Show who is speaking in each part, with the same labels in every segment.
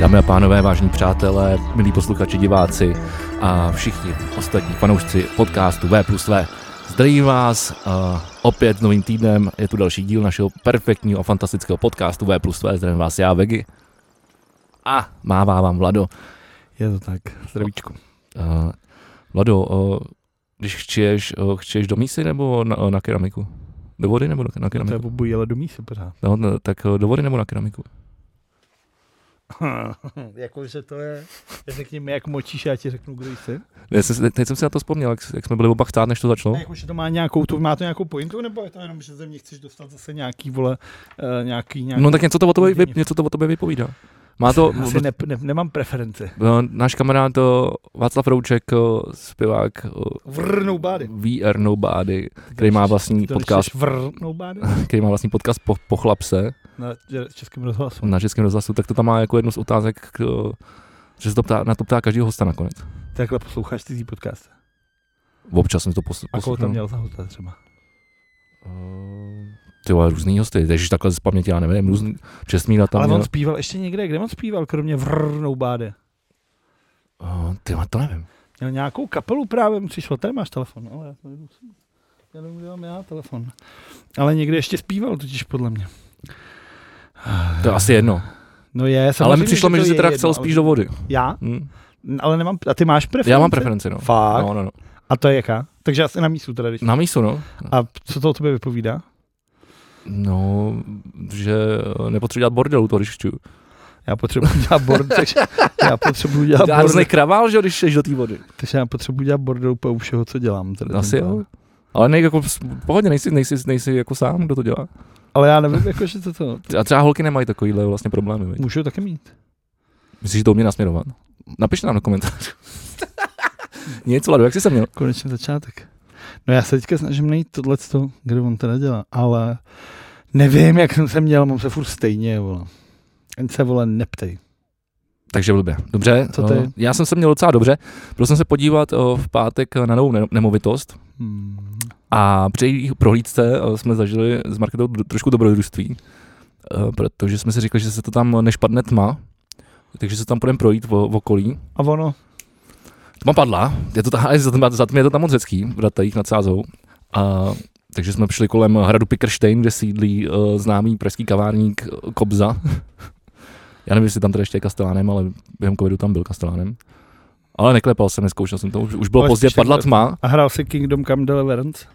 Speaker 1: Dámy a pánové, vážení přátelé, milí posluchači, diváci a všichni ostatní fanoušci podcastu V plus V. Zdravím vás uh, opět s novým týdnem. Je tu další díl našeho perfektního a fantastického podcastu V plus V. Zdravím vás já, Vegy. A mává vám Vlado.
Speaker 2: Je to tak.
Speaker 1: Zdravíčku. Uh, Vlado, uh, když chceš, uh, chceš do mísy nebo na, uh, na keramiku? Do vody nebo do, na
Speaker 2: No, To je
Speaker 1: keramiku?
Speaker 2: bobují, ale do míse pořád.
Speaker 1: No, no, tak uh, do vody nebo na keramiku?
Speaker 2: Jakože to je, řekni mi, jak močíš, já ti řeknu, kdo jsi.
Speaker 1: Já jsem, si- teď jsem si na to vzpomněl, jak, jak jsme byli oba chcát, než to začalo.
Speaker 2: A jakože to má nějakou, to má to nějakou pointu, nebo je to jenom, že ze mě chceš dostat zase nějaký, vole, eh, nějaký, nějaký.
Speaker 1: No tak něco to o tobě,
Speaker 2: Vidění.
Speaker 1: vy- něco to o tobě vypovídá. Má to,
Speaker 2: Asi ne, ne, nemám preferenci.
Speaker 1: no, náš kamarád eh, Václav Rouček, eh, zpěvák eh,
Speaker 2: Vrr nobody.
Speaker 1: VR Nobody, který má vlastní
Speaker 2: To nečteš
Speaker 1: podcast,
Speaker 2: Vrr nobody?
Speaker 1: který má vlastní podcast po, po chlapse
Speaker 2: Na č- českém rozhlasu.
Speaker 1: na Českém rozhlasu, tak to tam má jako jednu z otázek, k, eh, že se to ptá, na to ptá každý hosta nakonec.
Speaker 2: Takhle posloucháš cizí podcast.
Speaker 1: Občas jsem to pos,
Speaker 2: A koho
Speaker 1: poslouchal.
Speaker 2: tam měl za hosta třeba?
Speaker 1: Eh, Ty vole, různý hosty, takže takhle z paměti, já nevím, různý, Česmíra tam
Speaker 2: Ale
Speaker 1: měl.
Speaker 2: on zpíval ještě někde, kde on zpíval, kromě Vrr nobody?
Speaker 1: Eh, Ty vole, to nevím.
Speaker 2: Měl nějakou kapelu právě, mi přišlo, tady máš telefon, no, ale já to nejdu sem. Já nevím, kde mám já telefon. Ale někde ještě zpíval totiž podle mě. Eh,
Speaker 1: To je asi jedno.
Speaker 2: No je, samozřejmě,
Speaker 1: Ale mi přišlo mi, že
Speaker 2: to
Speaker 1: jsi
Speaker 2: je
Speaker 1: teda
Speaker 2: jedno,
Speaker 1: chcel
Speaker 2: ale-
Speaker 1: spíš do vody.
Speaker 2: Já?
Speaker 1: Hm.
Speaker 2: Ale nemám, a ty máš preferenci?
Speaker 1: Já mám preferenci, no.
Speaker 2: Fakt?
Speaker 1: No, no, no.
Speaker 2: A to je jaká? Takže asi na místu teda, když...
Speaker 1: Na mísu, no.
Speaker 2: A co to o tobě vypovídá?
Speaker 1: No, že eh, nepotřebuji dělat bordel u toho, když čtu.
Speaker 2: Já potřebuji dělat bordel, takže já potřebuji dělat
Speaker 1: Já
Speaker 2: bordel,
Speaker 1: hrozný kravál, že jo, když jdeš do té vody.
Speaker 2: takže já potřebuji dělat bordel úplně u všeho, co dělám. Teda
Speaker 1: Asi
Speaker 2: tenkrát.
Speaker 1: jo. Ale nej, jako, s- pohodně, nejsi, nejsi, nejsi jako sám, kdo to dělá.
Speaker 2: Ale já nevím, jako, že to to...
Speaker 1: A třeba holky nemají takovýhle vlastně problémy. Viď?
Speaker 2: Můžu taky mít.
Speaker 1: Myslíš, že to mě nasměrovat? Napište nám do komentářů. Nic, Lado, jak jsi se měl?
Speaker 2: Konečně začátek. No já se teďka snažím najít tohleto, kde on teda dělá, ale nevím, jak jsem se měl, mám se furt stejně, vole. Ani se, vole, neptej.
Speaker 1: Takže blbě. Dobře,
Speaker 2: Co ty?
Speaker 1: eh, já jsem se měl docela dobře. Byl jsem se podívat eh, v pátek eh, na novou ne- nemovitost.
Speaker 2: Hmm.
Speaker 1: A při jejich prohlídce eh, jsme zažili s Marketou dro- trošku dobrodružství, eh, protože jsme si řekli, že se to tam nešpadne tma, takže se tam půjdeme projít v, v okolí.
Speaker 2: A ono,
Speaker 1: Tma padla, je to tam, za, tma- za tmy je to tam moc hezký, v Ratajích nad Sázou. A, takže jsme šli kolem hradu Pikrštejn, kde sídlí uh, známý pražský kavárník eh, Kobza. Já nevím, jestli tam teda ještě je kastelánem, ale během covidu tam byl kastelánem. Ale neklepal jsem, neskoušel jsem to, už, už bylo
Speaker 2: Ale
Speaker 1: pozdě,
Speaker 2: spíš
Speaker 1: padla
Speaker 2: neklepal.
Speaker 1: tma.
Speaker 2: a hrál si Kingdom Come Deliverance?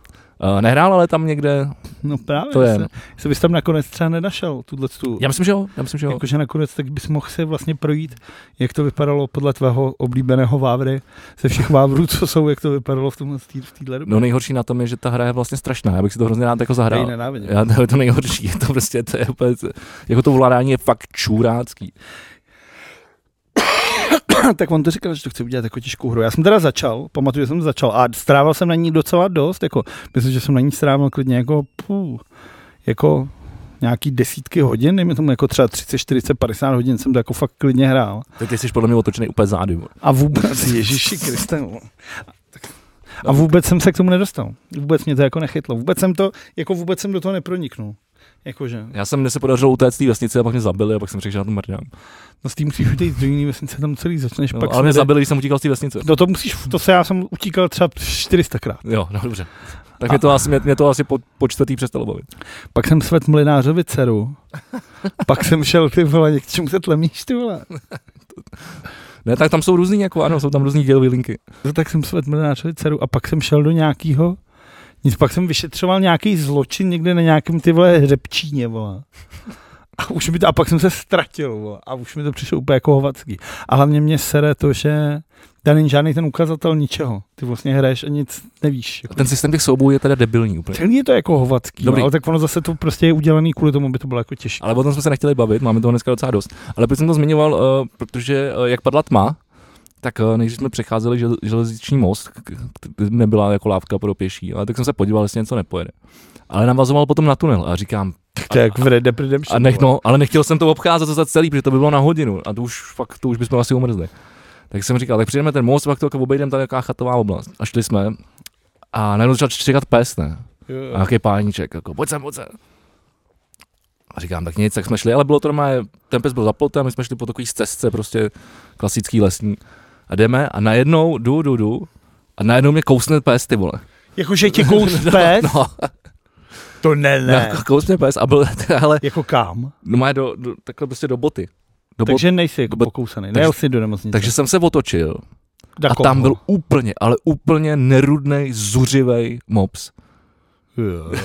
Speaker 1: Uh, nehrál, ale tam někde,
Speaker 2: No právě,
Speaker 1: To je,
Speaker 2: jestli-
Speaker 1: no.
Speaker 2: jestli bys tam nakonec třeba nenašel tuhle tu...
Speaker 1: já myslím, že jo, já myslím, že jo.
Speaker 2: Jakože nakonec tak bys mohl si vlastně projít, jak to vypadalo podle tvého oblíbeného Vávry, ze všech Vávrů, co jsou, jak to vypadalo v tomhle stý- v téhle době.
Speaker 1: No nejhorší na tom je, že ta hra je vlastně strašná, já bych si to hrozně rád jako
Speaker 2: Já ji
Speaker 1: zahrál.
Speaker 2: nenávidím.
Speaker 1: Já, to je to nejhorší, je to prostě, to je úplně, jako to vládání je fakt čurácký.
Speaker 2: tak on to říkal, že to chce udělat jako těžkou hru. Já jsem teda začal, pamatuju, že jsem začal a strávil jsem na ní docela dost, jako, myslím, že jsem na ní strávil klidně jako, pů, jako nějaký desítky hodin, dejme tomu jako třeba 30, 40, 50 hodin jsem to jako fakt klidně hrál.
Speaker 1: Tak ty jsi podle mě otočený úplně zády. vole.
Speaker 2: A vůbec, Ježíši Kriste. vole. A vůbec jsem se k tomu nedostal. Vůbec mě to jako nechytlo. Vůbec jsem to, jako vůbec jsem do toho neproniknul. Jakože.
Speaker 1: Já jsem, mně se podařilo utéct z té vesnice a pak mě zabili a pak jsem řekl, že na to mrdám.
Speaker 2: No s tím musíš utéct do jiný vesnice, tam celý začneš
Speaker 1: No,
Speaker 2: pak.
Speaker 1: ale mě
Speaker 2: se jde-
Speaker 1: zabili, když jsem utíkal z té vesnice.
Speaker 2: No to musíš, to se já jsem utíkal třeba 400krát.
Speaker 1: Jo, no dobře. Tak mě to asi, mě, mě to asi po, po čtvrtý přestalo bavit.
Speaker 2: Pak jsem svet mlinářovi dceru. Pak jsem šel ty vole, k čemu se tlemíš ty vole.
Speaker 1: Ne, tak tam jsou různý, jako ano, jsou tam různý dělové linky.
Speaker 2: No, tak jsem svet mlinářovi dceru a pak jsem šel do nějakého nic, pak jsem vyšetřoval nějaký zločin někde na nějakém ty vole hřebčíně, vole. A, už mi to, a pak jsem se ztratil, vole. A už mi to přišlo úplně jako hovacký. A hlavně mě sere to, že tam není žádný ten ukazatel ničeho. Ty vlastně hraješ a nic nevíš. Jako.
Speaker 1: Ten systém těch soubojů je teda debilní úplně.
Speaker 2: Celý je to jako hovacký,
Speaker 1: Dobrý.
Speaker 2: Dobrý. ale tak ono zase to prostě je udělaný kvůli tomu, aby to bylo jako těžké.
Speaker 1: Ale o tom jsme se nechtěli bavit, máme toho dneska docela dost. Ale proč jsem to zmiňoval, eh, protože eh, jak padla tma, tak eh, nejdřív jsme přecházeli žel- železniční most, k- k- k- nebyla jako lávka pro pěší, ale tak jsem se podíval, jestli něco nepojede. Ale navazoval potom na tunel a říkám,
Speaker 2: To je jak v Red Dead Redemption.
Speaker 1: a nech,
Speaker 2: vole.
Speaker 1: no, ale nechtěl jsem to obcházet za celý, protože to by bylo na hodinu a to už fakt, to už bychom asi umrzli. Tak jsem říkal, tak přijdeme ten most, pak to jako obejdeme, tam je nějaká chatová oblast. A šli jsme no- a najednou začal čekat pes, ne?
Speaker 2: Jo, jo.
Speaker 1: A nějaký páníček, jako pojď sem, pojď sem. A říkám, tak nic, tak jsme šli, ale bylo to normálně, ten pes byl za plotem, my jsme šli po takový cestce, prostě klasický lesní. A jdeme a najednou jdu, jdu, jdu a najednou mě kousne pes, ty vole.
Speaker 2: Jakože tě kous pes?
Speaker 1: No,
Speaker 2: To ne, ne.
Speaker 1: no, kousne pes a byl, hele,
Speaker 2: Jako kam?
Speaker 1: no má do, do, takhle prostě do boty. Do bot,
Speaker 2: Takže nejsi jako
Speaker 1: bo-
Speaker 2: pokousaný.
Speaker 1: takže-
Speaker 2: Nejel jsi do nemocnice.
Speaker 1: takže jsem se otočil
Speaker 2: Da
Speaker 1: a tam byl úplně, ale úplně nerudnej, zuřivej mops.
Speaker 2: Jo.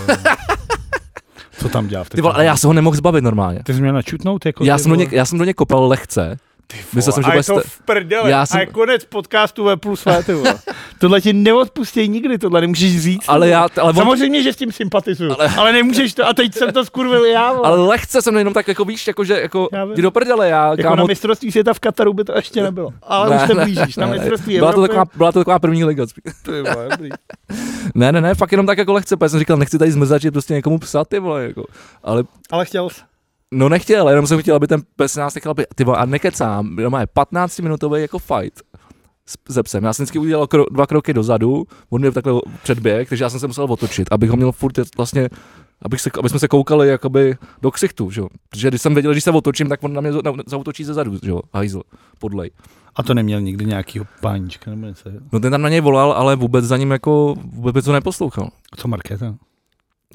Speaker 2: Co tam dělá v
Speaker 1: Ty vole, ale já se ho nemohl zbavit normálně.
Speaker 2: Ty jsi měl načutnout? Jako
Speaker 1: Já
Speaker 2: ty
Speaker 1: jsem, do
Speaker 2: vole?
Speaker 1: ně, já jsem do něj kopal lehce.
Speaker 2: Ty vole,
Speaker 1: myslel jsem, že
Speaker 2: a je
Speaker 1: bude
Speaker 2: to
Speaker 1: sta-
Speaker 2: v prdele.
Speaker 1: Já
Speaker 2: Já jsem... A je
Speaker 1: jsem-
Speaker 2: konec podcastu ve plus V, ty vole. Tohle ti neodpustí nikdy, tohle nemůžeš říct.
Speaker 1: Ale
Speaker 2: ty vole.
Speaker 1: já, ale, on,
Speaker 2: Samozřejmě, že s tím sympatizuju, ale... ale nemůžeš to. A teď jsem to skurvil já, vole.
Speaker 1: ale lehce jsem jenom tak jako víš, jako že jako,
Speaker 2: Já vím.
Speaker 1: jdi do prdele, já
Speaker 2: Jako na
Speaker 1: kámo,
Speaker 2: mistrovství světa v Kataru by to ještě nebylo. Ale
Speaker 1: Ne,
Speaker 2: už se
Speaker 1: ne,
Speaker 2: blížíš. Na
Speaker 1: ne, ne.
Speaker 2: mistrovství
Speaker 1: byla to,
Speaker 2: Evropy.
Speaker 1: taková, byla to taková první liga. spíš.
Speaker 2: Ty vole, dobrý.
Speaker 1: Ne, ne, ne, fakt jenom tak jako lehce, protože jsem říkal, nechci tady zmrzat, že prostě někomu psa, ty vole, jako. Ale,
Speaker 2: Ale chtěl jsi.
Speaker 1: no nechtěl, jenom jsem chtěl, aby ten pes nás nechal, být- ty vole, a nekecám, jenom je 15-minutový jako fight s- se psem. Já jsem vždycky udělal kro, dva kroky dozadu, on mě takhle předběh, takže já jsem se musel otočit, abych ho měl furt vlastně, abych se, aby jsme se koukali jakoby do ksichtu, že jo. Protože když jsem věděl, že se otočím, tak on na mě zau- na- zautočí ze zadu, že jo, hajzl, podlej.
Speaker 2: A to neměl nikdy nějakýho pánička nebo něco.
Speaker 1: No ten tam na něj volal, ale vůbec za ním jako, vůbec to neposlouchal.
Speaker 2: Co Markéta?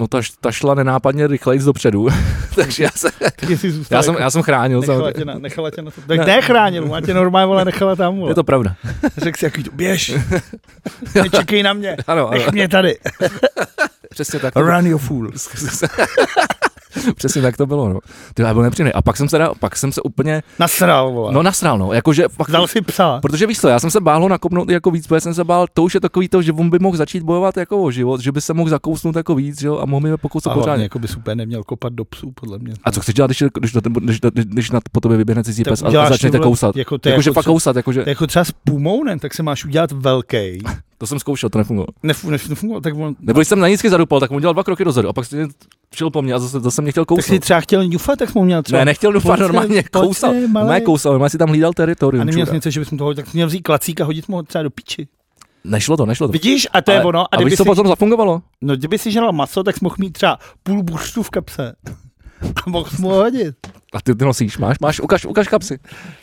Speaker 1: No ta, š- ta šla nenápadně rychlejc dopředu, takže já, se,
Speaker 2: Tak jestli zůstal
Speaker 1: já, jsem,
Speaker 2: jako-
Speaker 1: já jsem chránil.
Speaker 2: nechala,
Speaker 1: Jsem,
Speaker 2: tě na, nechala tě na to. Tak nechránil, má tě normálně vole, nechala tam. Vole.
Speaker 1: je to pravda.
Speaker 2: Řekl si, jaký to běž, nečekej na mě,
Speaker 1: Ano, ano,
Speaker 2: nech mě tady,
Speaker 1: přesně tak.
Speaker 2: run your fool.
Speaker 1: přesně tak to bylo, no. Ty já byl nepříjemný. A pak jsem se, dal- pak jsem se úplně,
Speaker 2: Nasral, vole.
Speaker 1: no nasral, no. Jakože, pak,
Speaker 2: Vzal si psa.
Speaker 1: protože víš co, já jsem se bál ho nakopnout jako víc, protože jsem se bál, to už je takový to, že on by mohl začít bojovat jako o život, že by se mohl zakousnout jako víc, že jo, a mohl mi pokusit pořádně.
Speaker 2: jako by super neměl kopat do psů, podle mě.
Speaker 1: A co chceš dělat, když, když, do tebe- když, když, když na, po tobě vyběhne cizí
Speaker 2: Tak
Speaker 1: pes a,
Speaker 2: uděláš
Speaker 1: a začne
Speaker 2: ty
Speaker 1: tě
Speaker 2: vole-
Speaker 1: kousat?
Speaker 2: Jako, to je
Speaker 1: Jakože
Speaker 2: jako,
Speaker 1: pak
Speaker 2: třeba,
Speaker 1: kousat, jakože,
Speaker 2: to je jako třeba s pumounem, tak se máš udělat velký.
Speaker 1: to jsem zkoušel, to nefungovalo.
Speaker 2: Nef, nef, nefungovalo, tak on,
Speaker 1: Nebo když jsem na nízky zadupal, tak mu dělal dva kroky dozadu a pak stejně šel po mně a zase, zase mě chtěl
Speaker 2: tak si
Speaker 1: kousnout.
Speaker 2: třeba chtěl ňufat, tak jsi mu měl třeba.
Speaker 1: Ne, nechtěl dupat
Speaker 2: Pojď sem,
Speaker 1: normálně,
Speaker 2: pojď sem,
Speaker 1: kousal.
Speaker 2: malej.
Speaker 1: Má kousal, normálně si tam hlídal
Speaker 2: a
Speaker 1: teritorium.
Speaker 2: neměl jsi
Speaker 1: čurák.
Speaker 2: něco, že bys mu toho, tak jsi měl vzít klacíka, hodit mu ho třeba do piči.
Speaker 1: Nešlo to, nešlo to.
Speaker 2: Vidíš, a to je
Speaker 1: Prostě. Ale-
Speaker 2: ono. A,
Speaker 1: a víš,
Speaker 2: kdyby
Speaker 1: co
Speaker 2: si,
Speaker 1: potom zafungovalo?
Speaker 2: no, kdyby si žral maso, tak jsi mohl mít třeba půl buštu v kapse. A mohl jsi mu ho hodit.
Speaker 1: A ty, ty nosíš, máš, máš, ukaž, ukaž kapsy.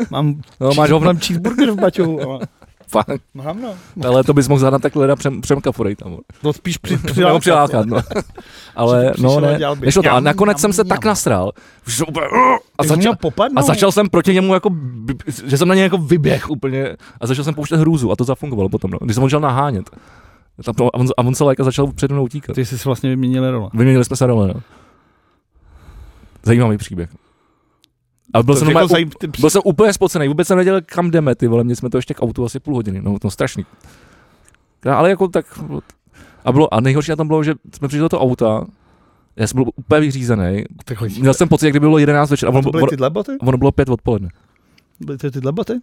Speaker 2: Mám,
Speaker 1: No, máš hovno,
Speaker 2: mám cheeseburger v baťohu. ale-
Speaker 1: fakt.
Speaker 2: Mám, no.
Speaker 1: Ale to bys mohl zadat takhle na přem, přemka furej tam.
Speaker 2: No spíš při,
Speaker 1: Nebo přilákat, no. Ale,
Speaker 2: Přišel
Speaker 1: no
Speaker 2: a
Speaker 1: ne,
Speaker 2: dělal by
Speaker 1: nešlo to. A
Speaker 2: ňam,
Speaker 1: nakonec
Speaker 2: ňam,
Speaker 1: jsem se
Speaker 2: ňam.
Speaker 1: tak nasral, že jsem úplně, a
Speaker 2: A
Speaker 1: začal,
Speaker 2: začal no? popadnout.
Speaker 1: a začal jsem proti němu jako, b- že jsem na něj jako vyběh úplně a začal jsem pouštět hrůzu a to zafungovalo potom, no. Když jsem ho začal nahánět. Tam to- A on, a on se léka začal přede mnou utíkat.
Speaker 2: Ty jsi si vlastně vyměnil role.
Speaker 1: Vyměnili jsme se role, no. Zajímavý příběh. A byl
Speaker 2: To
Speaker 1: jsem,
Speaker 2: jako
Speaker 1: normálně,
Speaker 2: zajím- ty-
Speaker 1: byl jsem úplně spocený, vůbec jsem nevěděl, kam jdeme, ty vole, měli jsme to ještě k autu asi půl hodiny, no, no strašný. No, ale jako tak, a, bylo, a nejhorší na tom bylo, že jsme přišli do toho auta, já jsem byl úplně vyřízený,
Speaker 2: Takhle.
Speaker 1: měl jsem pocit, jak kdyby bylo 11 večer, a
Speaker 2: A
Speaker 1: ono,
Speaker 2: to byly
Speaker 1: ono,
Speaker 2: tyhle boty?
Speaker 1: ono bylo 5 odpoledne.
Speaker 2: Byly to tyhle boty?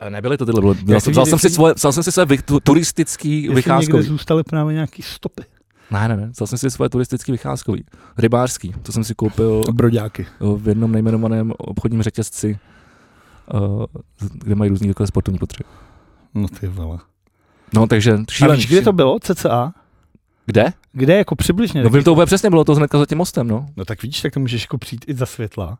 Speaker 1: A Eh, Nebyly to tyhle, bylo, vzal,
Speaker 2: si
Speaker 1: jsem, vzal,
Speaker 2: vidět,
Speaker 1: jsem si
Speaker 2: jestli-
Speaker 1: svoje, vzal jsem si své vy, tu, turistický
Speaker 2: Jestli někde
Speaker 1: vycházkový.
Speaker 2: zůstaly právě nějaký stopy.
Speaker 1: Ne, ne, ne, vzal jsem si svoje turistický vycházkový, rybářský, to jsem si koupil eh,
Speaker 2: Broďáky.
Speaker 1: v jednom nejmenovaném obchodním řetězci, eh, kde mají různý takové sportovní potřeby.
Speaker 2: No ty vole.
Speaker 1: No, takže
Speaker 2: A
Speaker 1: šílený.
Speaker 2: víš, kde to bylo? CCA?
Speaker 1: Kde?
Speaker 2: Kde jako přibližně?
Speaker 1: No, vím to úplně přesně, bylo to hnedka za tím mostem, no.
Speaker 2: no tak vidíš, tak to můžeš jako přijít i za světla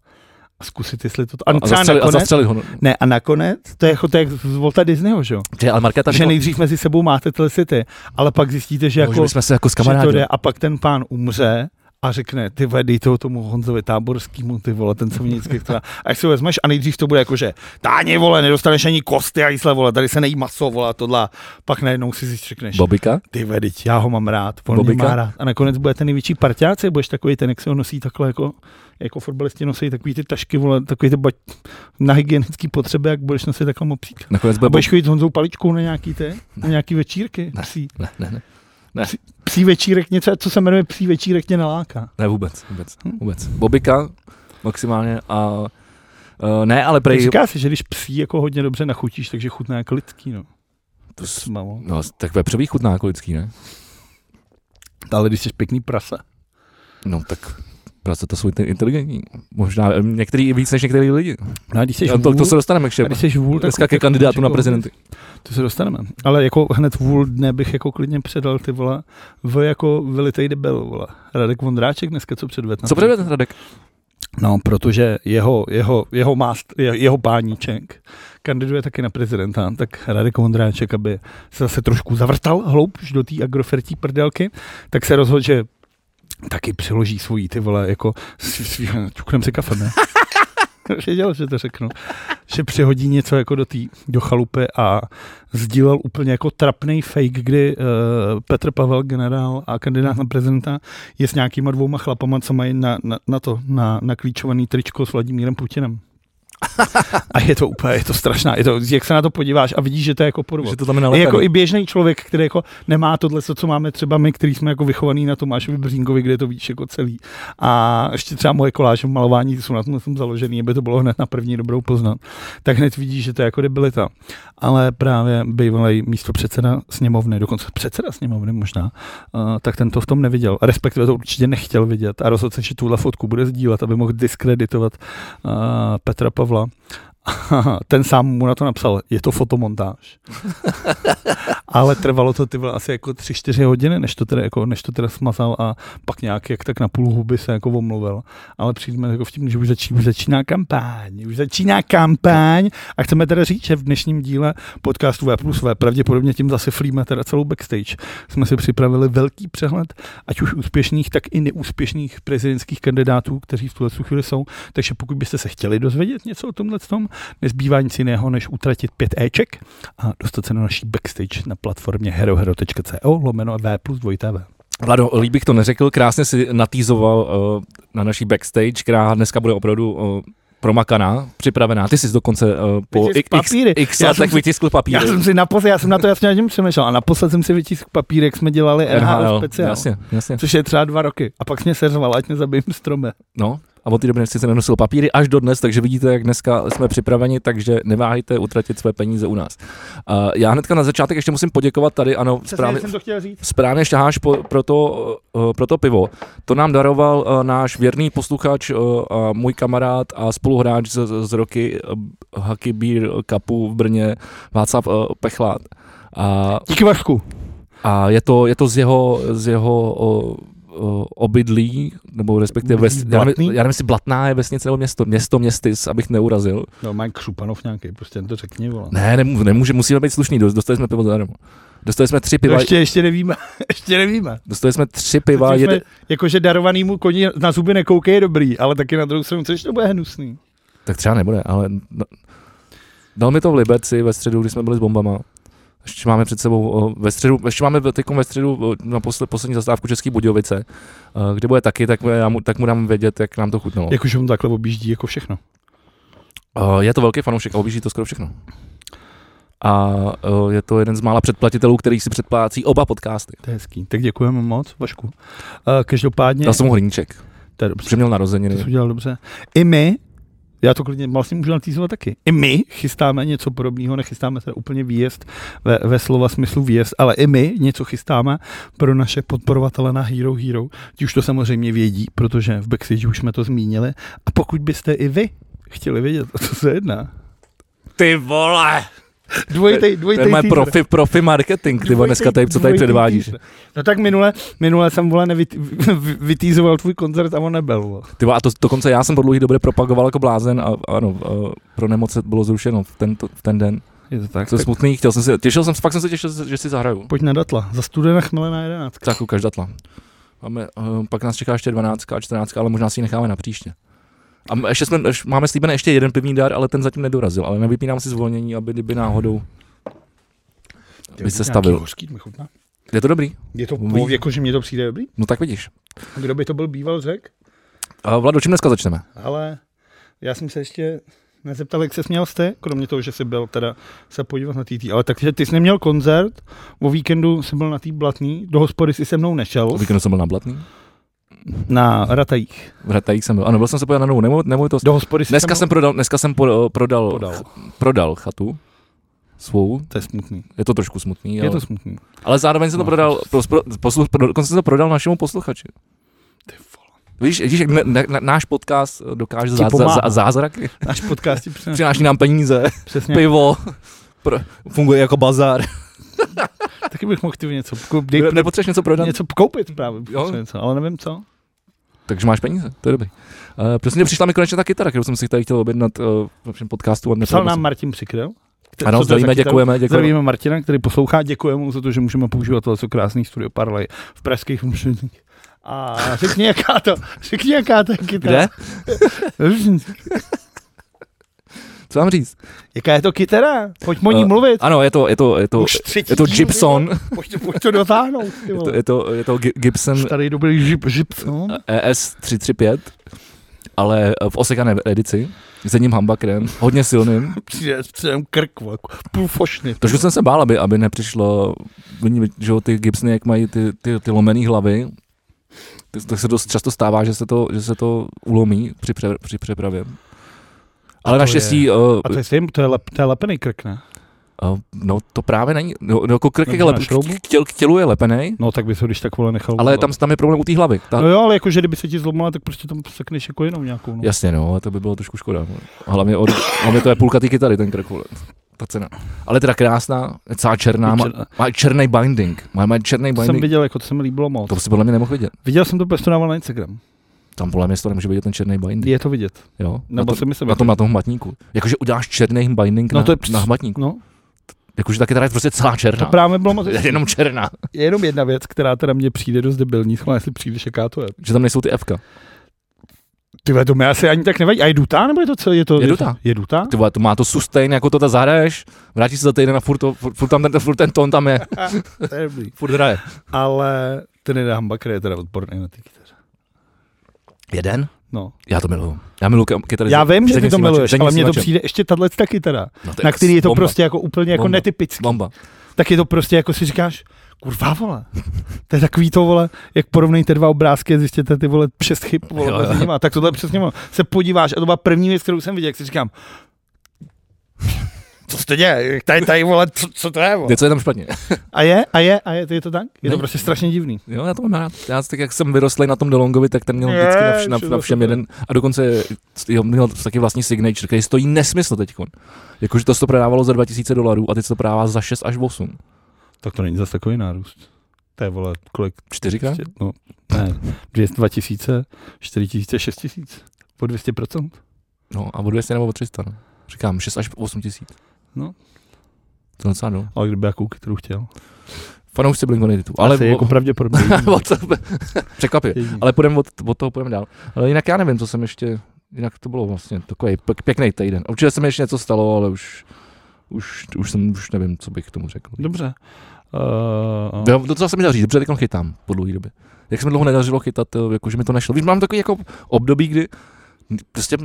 Speaker 2: a zkusit, jestli to... A,
Speaker 1: A,
Speaker 2: třeba
Speaker 1: zastřeli, a
Speaker 2: nakonec,
Speaker 1: zastřelit ho. no.
Speaker 2: ne, a nakonec, to je jako to jak z Volta Disneyho, že jo?
Speaker 1: Že, ale Markéta
Speaker 2: Takže
Speaker 1: řekla,
Speaker 2: nejdřív mezi sebou máte tyhle city, ale pak zjistíte, že
Speaker 1: jako,
Speaker 2: jako...
Speaker 1: že jsme se jako s
Speaker 2: že to
Speaker 1: kamarádem.
Speaker 2: jde a pak ten pán umře a řekne, ty vole, dej toho tomu Honzovi táborskýmu, ty vole, ten se mi nic chce. A jak si ho vezmeš a nejdřív to bude jako, že táni, vole, nedostaneš ani kosty a jísle, vole, tady se nejí maso, vole, a tohle. A Pak najednou si zjistíš, řekneš,
Speaker 1: Bobika?
Speaker 2: ty vediť, já ho mám rád, on mě
Speaker 1: Bobika?
Speaker 2: má rád. A nakonec budete největší parťáci, budeš takový ten, jak se ho nosí takhle, jako, jako fotbalisti nosí takový ty tašky, vole, takový ty bať, na hygienické potřeby, jak budeš nosit takhle mopřík.
Speaker 1: Nakonec
Speaker 2: A
Speaker 1: byl
Speaker 2: budeš chodit s Honzou paličkou na nějaký ty, na nějaký večírky,
Speaker 1: Ne.
Speaker 2: psí
Speaker 1: Ne, ne, ne,
Speaker 2: psí večírek, něco, co se jmenuje psí večírek, tě naláká.
Speaker 1: ne, vůbec, vůbec,
Speaker 2: Hm.
Speaker 1: vůbec. Bobika maximálně a eh, ne, ale
Speaker 2: Prej...
Speaker 1: prej,
Speaker 2: Říká se, že když psí jako hodně dobře nachutíš, takže chutná jako lidský, no.
Speaker 1: to, s-
Speaker 2: Smavo.
Speaker 1: no, tak vepřový chutná jako lidský, ne?
Speaker 2: Ale když jsi pěkný prase.
Speaker 1: No, tak prase to jsou inte- inteligentní. Možná eh, některý i víc než některý lidi.
Speaker 2: No a když jsi
Speaker 1: A to, to
Speaker 2: vůl,
Speaker 1: se dostaneme k
Speaker 2: a
Speaker 1: šep.
Speaker 2: když jsi vůl, tak
Speaker 1: Dneska ke kandidátu na
Speaker 2: jako-
Speaker 1: prezidenty.
Speaker 2: To se dostaneme. Ale jako hned vůl dne bych jako klidně předal ty vole v jako vylitej debil, vole. Radek Vondráček dneska co předvedl.
Speaker 1: Co předvede Radek?
Speaker 2: No, protože jeho, jeho, jeho, mást, je- jeho páníček kandiduje taky na prezidenta, tak Radek Vondráček, aby se zase trošku zavrtal hloub už do té agrofertí prdelky, tak se rozhodl, že taky přiloží svojí ty vole, jako s- s- čuknem si kafe, ne? Věděl, že to řeknu. Že přihodí něco jako do, tý, do chalupy a sdílel úplně jako trapný fake, kdy uh, Petr Pavel, generál a kandidát na prezidenta, je s nějakýma dvouma chlapama, co mají na, na, na to, na, na klíčovaný tričko s Vladimírem Putinem. A je to úplně, je to strašná, je to, jak se na to podíváš a vidíš, že to je jako
Speaker 1: Že
Speaker 2: podvod.
Speaker 1: to tam je
Speaker 2: Je
Speaker 1: nalepený.
Speaker 2: jako i běžný člověk, který jako nemá tohle, co máme třeba my, který jsme jako vychovaný na Tomášovi Břínkovi, kde je to víš jako celý. A ještě třeba moje koláže v malování ty jsou na tom, tom založený, aby to bylo hned na první dobrou poznat. Tak hned vidíš, že to je jako debilita. Ale právě bývalý místo předseda sněmovny, dokonce předseda sněmovny možná, uh, tak ten to v tom neviděl. A respektive to určitě nechtěl vidět. A rozhodl se, že tuhle fotku bude sdílet, aby mohl diskreditovat uh, Petra Pavla. ten sám mu na to napsal, je to fotomontáž. Ale trvalo to ty vole, asi jako 3-4 hodiny, než to, teda, jako, než to teda smazal a pak nějak jak tak na půl huby se jako omluvil. Ale přijdeme jako v tím, že už, začí, už začíná kampaň, už začíná kampaň a chceme teda říct, že v dnešním díle podcastu V plus V pravděpodobně tím zase flíme teda celou backstage. Jsme si připravili velký přehled, ať už úspěšných, tak i neúspěšných prezidentských kandidátů, kteří v tuhle chvíli jsou. Takže pokud byste se chtěli dozvědět něco o tomhle tom, nezbývá nic jiného, než utratit 5 Eček a dostat se na naší backstage na platformě herohero.co lomeno V plus 2TV.
Speaker 1: Vlado, líbí bych to neřekl, krásně si natýzoval uh, na naší backstage, která dneska bude opravdu uh, promakaná, připravená. Ty jsi dokonce uh, po
Speaker 2: Vytisk
Speaker 1: x,
Speaker 2: papíry.
Speaker 1: x
Speaker 2: Já jsem
Speaker 1: letech
Speaker 2: si-
Speaker 1: vytiskl
Speaker 2: Já
Speaker 1: papíry.
Speaker 2: jsem si naposled, já jsem na to jasně nad tím přemýšlel a naposled jsem si vytisk papír, jak jsme dělali NHL speciál.
Speaker 1: jasně, jasně.
Speaker 2: Což je třeba dva roky. A pak jsi mě seřval, ať mě zabijím strome.
Speaker 1: No, a od té doby jsem nenosil papíry až do dnes, takže vidíte, jak dneska jsme připraveni, takže neváhejte utratit své peníze u nás. Uh, já hnedka na začátek ještě musím poděkovat tady, ano,
Speaker 2: Přesně
Speaker 1: správně,
Speaker 2: jsem to chtěl říct.
Speaker 1: správně šaháš po, pro, to, uh, pro to pivo. To nám daroval uh, náš věrný posluchač, uh, a můj kamarád a spoluhráč z, z- z roky uh, Haky Beer Cupu v Brně, Václav uh, Pechlát. A,
Speaker 2: Díky Vašku.
Speaker 1: a je, to, je to z jeho, z jeho uh, uh, obydlí, nebo respektive ves, já, nevím,
Speaker 2: Blatný?
Speaker 1: já nevím, jestli Blatná je vesnice nebo město, město městys, abych neurazil.
Speaker 2: No, má křupanov nějaký, prostě jen to řekni, vole.
Speaker 1: Ne, nemů, nemůže, musíme být slušní, dostali jsme pivo zadarmo. Dostali jsme tři
Speaker 2: To
Speaker 1: piva,
Speaker 2: ještě, ještě nevíme, ještě nevíme.
Speaker 1: dostali jsme tři piva,
Speaker 2: Zatím
Speaker 1: jede,
Speaker 2: jsme, jakože darovanýmu koni na zuby nekoukej je dobrý, ale taky na druhou stranu, což to bude hnusný.
Speaker 1: Tak třeba nebude, ale no, dal mi to v Liberci ve středu, když jsme byli s bombama. Ještě máme před sebou o, ve středu, ještě máme teď ve středu o, na posle, poslední zastávku Český Budějovice, eh, kde bude taky, tak mu, já mu, tak mu dám vědět, jak nám to chutnalo. Jak?
Speaker 2: Jakože on takhle objíždí jako všechno.
Speaker 1: Eh, Je to velký fanoušek a objíždí to skoro všechno. A eh, je to jeden z mála předplatitelů, který si předplácí oba podcasty.
Speaker 2: To je hezký. Tak děkujeme moc, Vašku. Uh, každopádně,
Speaker 1: Dal jsem mu hrníček,
Speaker 2: to je dobře.
Speaker 1: protože měl
Speaker 2: To jsi
Speaker 1: narozeniny.
Speaker 2: udělal dobře. I my, já to klidně vlastně můžu natýzovat taky. I my chystáme něco podobného, nechystáme se úplně výjezd ve, ve slova smyslu výjezd, ale i my něco chystáme pro naše podporovatele na Hero Hero. Ti už to samozřejmě vědí, protože v backstage už jsme to zmínili. A pokud byste i vy chtěli vědět, o co se jedná.
Speaker 1: Ty vole!
Speaker 2: Dvojitej,
Speaker 1: To je
Speaker 2: dvojitej
Speaker 1: moje
Speaker 2: teaser.
Speaker 1: profi, profi marketing, ty vole,
Speaker 2: Dvojitej-
Speaker 1: dneska tady, co tady
Speaker 2: dvojitej
Speaker 1: předvádíš.
Speaker 2: teaser. No tak minule, minule jsem vole nevyt, vy- vytýzoval tvůj koncert a on nebyl. vole.
Speaker 1: Ty vole, a to dokonce já jsem po dlouhý době propagoval jako blázen a ano, eh, pro nemoce bylo zrušeno v ten, v ten den.
Speaker 2: Je to tak.
Speaker 1: Co je smutný, chtěl jsem si, těšil jsem, fakt jsem se těšil, že si zahraju.
Speaker 2: Pojď na datla, za studena chmelená jedenáct.
Speaker 1: Tak u každatla. Máme, eh, pak nás čeká ještě 12 a 14, ale možná si ji necháme na příště. A m- ještě jsme, eš- máme slíbený ještě jeden pivní dar, ale ten zatím nedorazil, ale nevypínám si zvolnění, aby kdyby náhodou by se
Speaker 2: Nějaký
Speaker 1: stavil.
Speaker 2: hořký mi chutná.
Speaker 1: Je to dobrý?
Speaker 2: Je to
Speaker 1: Uvidí.
Speaker 2: po, jako, že mě to přijde dobrý?
Speaker 1: No tak vidíš.
Speaker 2: Kdo by to byl býval řek?
Speaker 1: A Vlado, čím dneska začneme?
Speaker 2: Ale já jsem se ještě nezeptal, jak se směl jste, kromě toho, že jsi byl teda se podívat na TT. Ale takže ty jsi neměl koncert, o víkendu jsi byl na té blatný, do hospody jsi se mnou nešel,
Speaker 1: O víkendu jsem byl na Blatný,
Speaker 2: na Ratajích.
Speaker 1: v Ratajích jsem byl. Ano, byl jsem se podívat na novou nemo- nemovitost.
Speaker 2: Do hospody jsi se
Speaker 1: Dneska
Speaker 2: mnou
Speaker 1: jsem prodal, dneska jsem po- prodal,
Speaker 2: podal.
Speaker 1: prodal chatu svou,
Speaker 2: To je smutný.
Speaker 1: je to trošku smutný,
Speaker 2: Je
Speaker 1: ale,
Speaker 2: to smutný.
Speaker 1: ale zároveň jsem to
Speaker 2: No.
Speaker 1: prodal, pros, pro, poslu, pro, dokonce jsem to prodal našemu posluchači.
Speaker 2: Ty vole.
Speaker 1: Víš, vidíš, jak ne, ne, náš podcast dokáže
Speaker 2: Ti
Speaker 1: zá, zá,
Speaker 2: pomáhá.
Speaker 1: zá, zázraky,
Speaker 2: Náš podcast ti přines-
Speaker 1: přináší nám peníze,
Speaker 2: přesně.
Speaker 1: pivo, pro, funguje jako bazar,
Speaker 2: Taky bych mohl ty něco, kup- dej,
Speaker 1: nepotřebuješ něco prodat?
Speaker 2: něco koupit právě,
Speaker 1: Jo.
Speaker 2: něco, ale nevím co.
Speaker 1: takže máš peníze, to je dobrý. Uh, prostě přišla mi konečně ta kytara, kterou jsem si tady chtěl objednat uh, v našem podcastu. A
Speaker 2: Psal nám Martin Přikryl. který-
Speaker 1: ano,
Speaker 2: co to je za
Speaker 1: zdravíme,
Speaker 2: kytaru?
Speaker 1: děkujeme, děkujeme.
Speaker 2: Zdravíme Martina, který poslouchá, děkujeme mu za to, že můžeme používat tohle co krásný studio Parley v pražských mušnicích. A řekni, jaká to, řekni, jaká to je kytara.
Speaker 1: Kde? Co mám říct?
Speaker 2: Jaká je to kytara? Pojď o ní
Speaker 1: Eh,
Speaker 2: mluvit.
Speaker 1: Ano, je to, je to, je to,
Speaker 2: Už třetí
Speaker 1: je to
Speaker 2: díl,
Speaker 1: Gibson,
Speaker 2: vole. Pojď, to- pojď to dotáhnout. Ty
Speaker 1: je to,
Speaker 2: vole.
Speaker 1: je to, je to Gi- Gibson
Speaker 2: Starý dobrý žip, Gibson.
Speaker 1: E ES335, ale eh, v osekané edici, s jedním humbuckerem, hodně silným.
Speaker 2: Přijde předem krk, vole, jako půl fošny.
Speaker 1: Trošku jsem se bál, aby, aby nepřišlo, oni, že jo, ty Gibsony, jak mají ty, ty, ty lomený hlavy, ty- tak se dost často stává, že se to, že se to ulomí při, pře, při přepravě. Ale
Speaker 2: to
Speaker 1: naštěstí,
Speaker 2: A
Speaker 1: uh,
Speaker 2: to je, sejm- to je, lep, to je lepený krk, ne?
Speaker 1: uh, no to právě není, no, no jako krk
Speaker 2: Nebo
Speaker 1: je
Speaker 2: na
Speaker 1: lep,
Speaker 2: šroubu?
Speaker 1: k, těl, k tělu je lepený,
Speaker 2: No tak by se když tak vole nechal.
Speaker 1: ale
Speaker 2: udělat.
Speaker 1: tam, tam je problém u té hlavy. Ta,
Speaker 2: No jo, ale jakože kdyby se ti zlomila, tak prostě tam sekneš jako jinou nějakou. No.
Speaker 1: Jasně, no, ale to by bylo trošku škoda. Hlavně, od, hlavně to je půlka ty kytary, ten krk, vole. ta cena. Ale teda krásná, je celá černá, má,
Speaker 2: Černá.
Speaker 1: má černý binding. Má, má černý
Speaker 2: To jsem
Speaker 1: binding.
Speaker 2: viděl, jako to se mi líbilo moc.
Speaker 1: To si podle mě nemohl vidět.
Speaker 2: Viděl jsem to, protože to dával na Instagram.
Speaker 1: Tam podle mě to nemůže vidět ten černý binding.
Speaker 2: Je to vidět.
Speaker 1: Jo? Na,
Speaker 2: Nebo
Speaker 1: to,
Speaker 2: se mi se
Speaker 1: na, tom, na tom hmatníku. Jakože uděláš černý binding
Speaker 2: No
Speaker 1: na,
Speaker 2: to je
Speaker 1: to
Speaker 2: přes-
Speaker 1: na hmatníku.
Speaker 2: No,
Speaker 1: Jakože ta kytara je prostě celá
Speaker 2: to
Speaker 1: černá.
Speaker 2: právě bylo moc.
Speaker 1: Je Jenom černá.
Speaker 2: Je jenom jedna věc, která teda mně přijde dost debilní, schválně, jestli přijdeš, jaká to je.
Speaker 1: Že tam nejsou ty Fka.
Speaker 2: Ty vole, to mi asi ani tak nevadí. A je dutá, nebo je to celé? Je, to,
Speaker 1: Je dutá.
Speaker 2: Je dutá?
Speaker 1: Ty vole, to má to sustain, jako to ta zahraješ, vrátíš se za týden a furt, to, furt, furt, tam ten, furt ten tón tam je,
Speaker 2: To je dobrý.
Speaker 1: furt hraje.
Speaker 2: Ale ten jeden humbucker je teda odborný na ty kytaře.
Speaker 1: Jeden?
Speaker 2: No.
Speaker 1: Já to miluju. Já miluju ke- kytary.
Speaker 2: Já
Speaker 1: s-
Speaker 2: vím,
Speaker 1: s
Speaker 2: že ty
Speaker 1: jedním
Speaker 2: to
Speaker 1: snímačem-
Speaker 2: miluješ,
Speaker 1: s jedním
Speaker 2: ale mně to
Speaker 1: snímačem.
Speaker 2: přijde ještě tahle kytara,
Speaker 1: No to
Speaker 2: na který je to
Speaker 1: bomba.
Speaker 2: prostě jako úplně jako
Speaker 1: Bomba.
Speaker 2: netypický.
Speaker 1: Bomba.
Speaker 2: tak je to prostě jako si říkáš, kurva vole, to je takový to vole, jak porovnejte dva obrázky a zjistíte ty vole šest chyb, vole,
Speaker 1: Jo,
Speaker 2: mezi
Speaker 1: jo.
Speaker 2: nima. tak tohle je přesně ono. se podíváš a to byla první věc, kterou jsem viděl, jak si říkám, co se to děje, tady, tady vole, co, co to je, vole?
Speaker 1: Něco je tam špatně.
Speaker 2: A je, a je, a je, je to tak? Je to
Speaker 1: Ne.
Speaker 2: prostě strašně divný.
Speaker 1: Jo, já to mám rád. Já tak, jak jsem vyrostlý na tom DeLongovi, tak ten měl
Speaker 2: Je,
Speaker 1: vždycky na, vš- na,
Speaker 2: všude
Speaker 1: na všem
Speaker 2: super.
Speaker 1: jeden. A dokonce jo, měl taky vlastní signature, který stojí nesmysl teď. Jakože to se to prodávalo za 2000 dolarů a teď se to prodává za 6 až 8.
Speaker 2: Tak to není zase takový nárůst. To je vole, kolik?
Speaker 1: Čtyřikrát?
Speaker 2: No, ne, 200, tisíce, 4 tisíce, 6 tisíc. Po 200%.
Speaker 1: No a o 200 nebo o 300. No. Říkám 6 až 8 tisíc.
Speaker 2: No.
Speaker 1: To je docela no.
Speaker 2: Ale kdyby jakou kytaru chtěl.
Speaker 1: Fanoušci Blink-182. Ale
Speaker 2: Asi
Speaker 1: o-
Speaker 2: jako pravděpodobně. jediný.
Speaker 1: o co- Překvapivě.
Speaker 2: Jediný.
Speaker 1: Ale půjdem od, od toho půjdeme dál. Ale jinak já nevím, co jsem ještě, jinak to bylo vlastně takový pek, pěkný týden. Určitě se mi ještě něco stalo, ale už, už, už jsem, už nevím, co bych k tomu řekl.
Speaker 2: Dobře. Uh,
Speaker 1: Jo, to, co jsem měl říct, dobře, teď chytám po dlouhé době. Jak se mi dlouho nedařilo chytat, eh, jakože mi to nešlo. Víš, mám takový jako období, kdy prostě,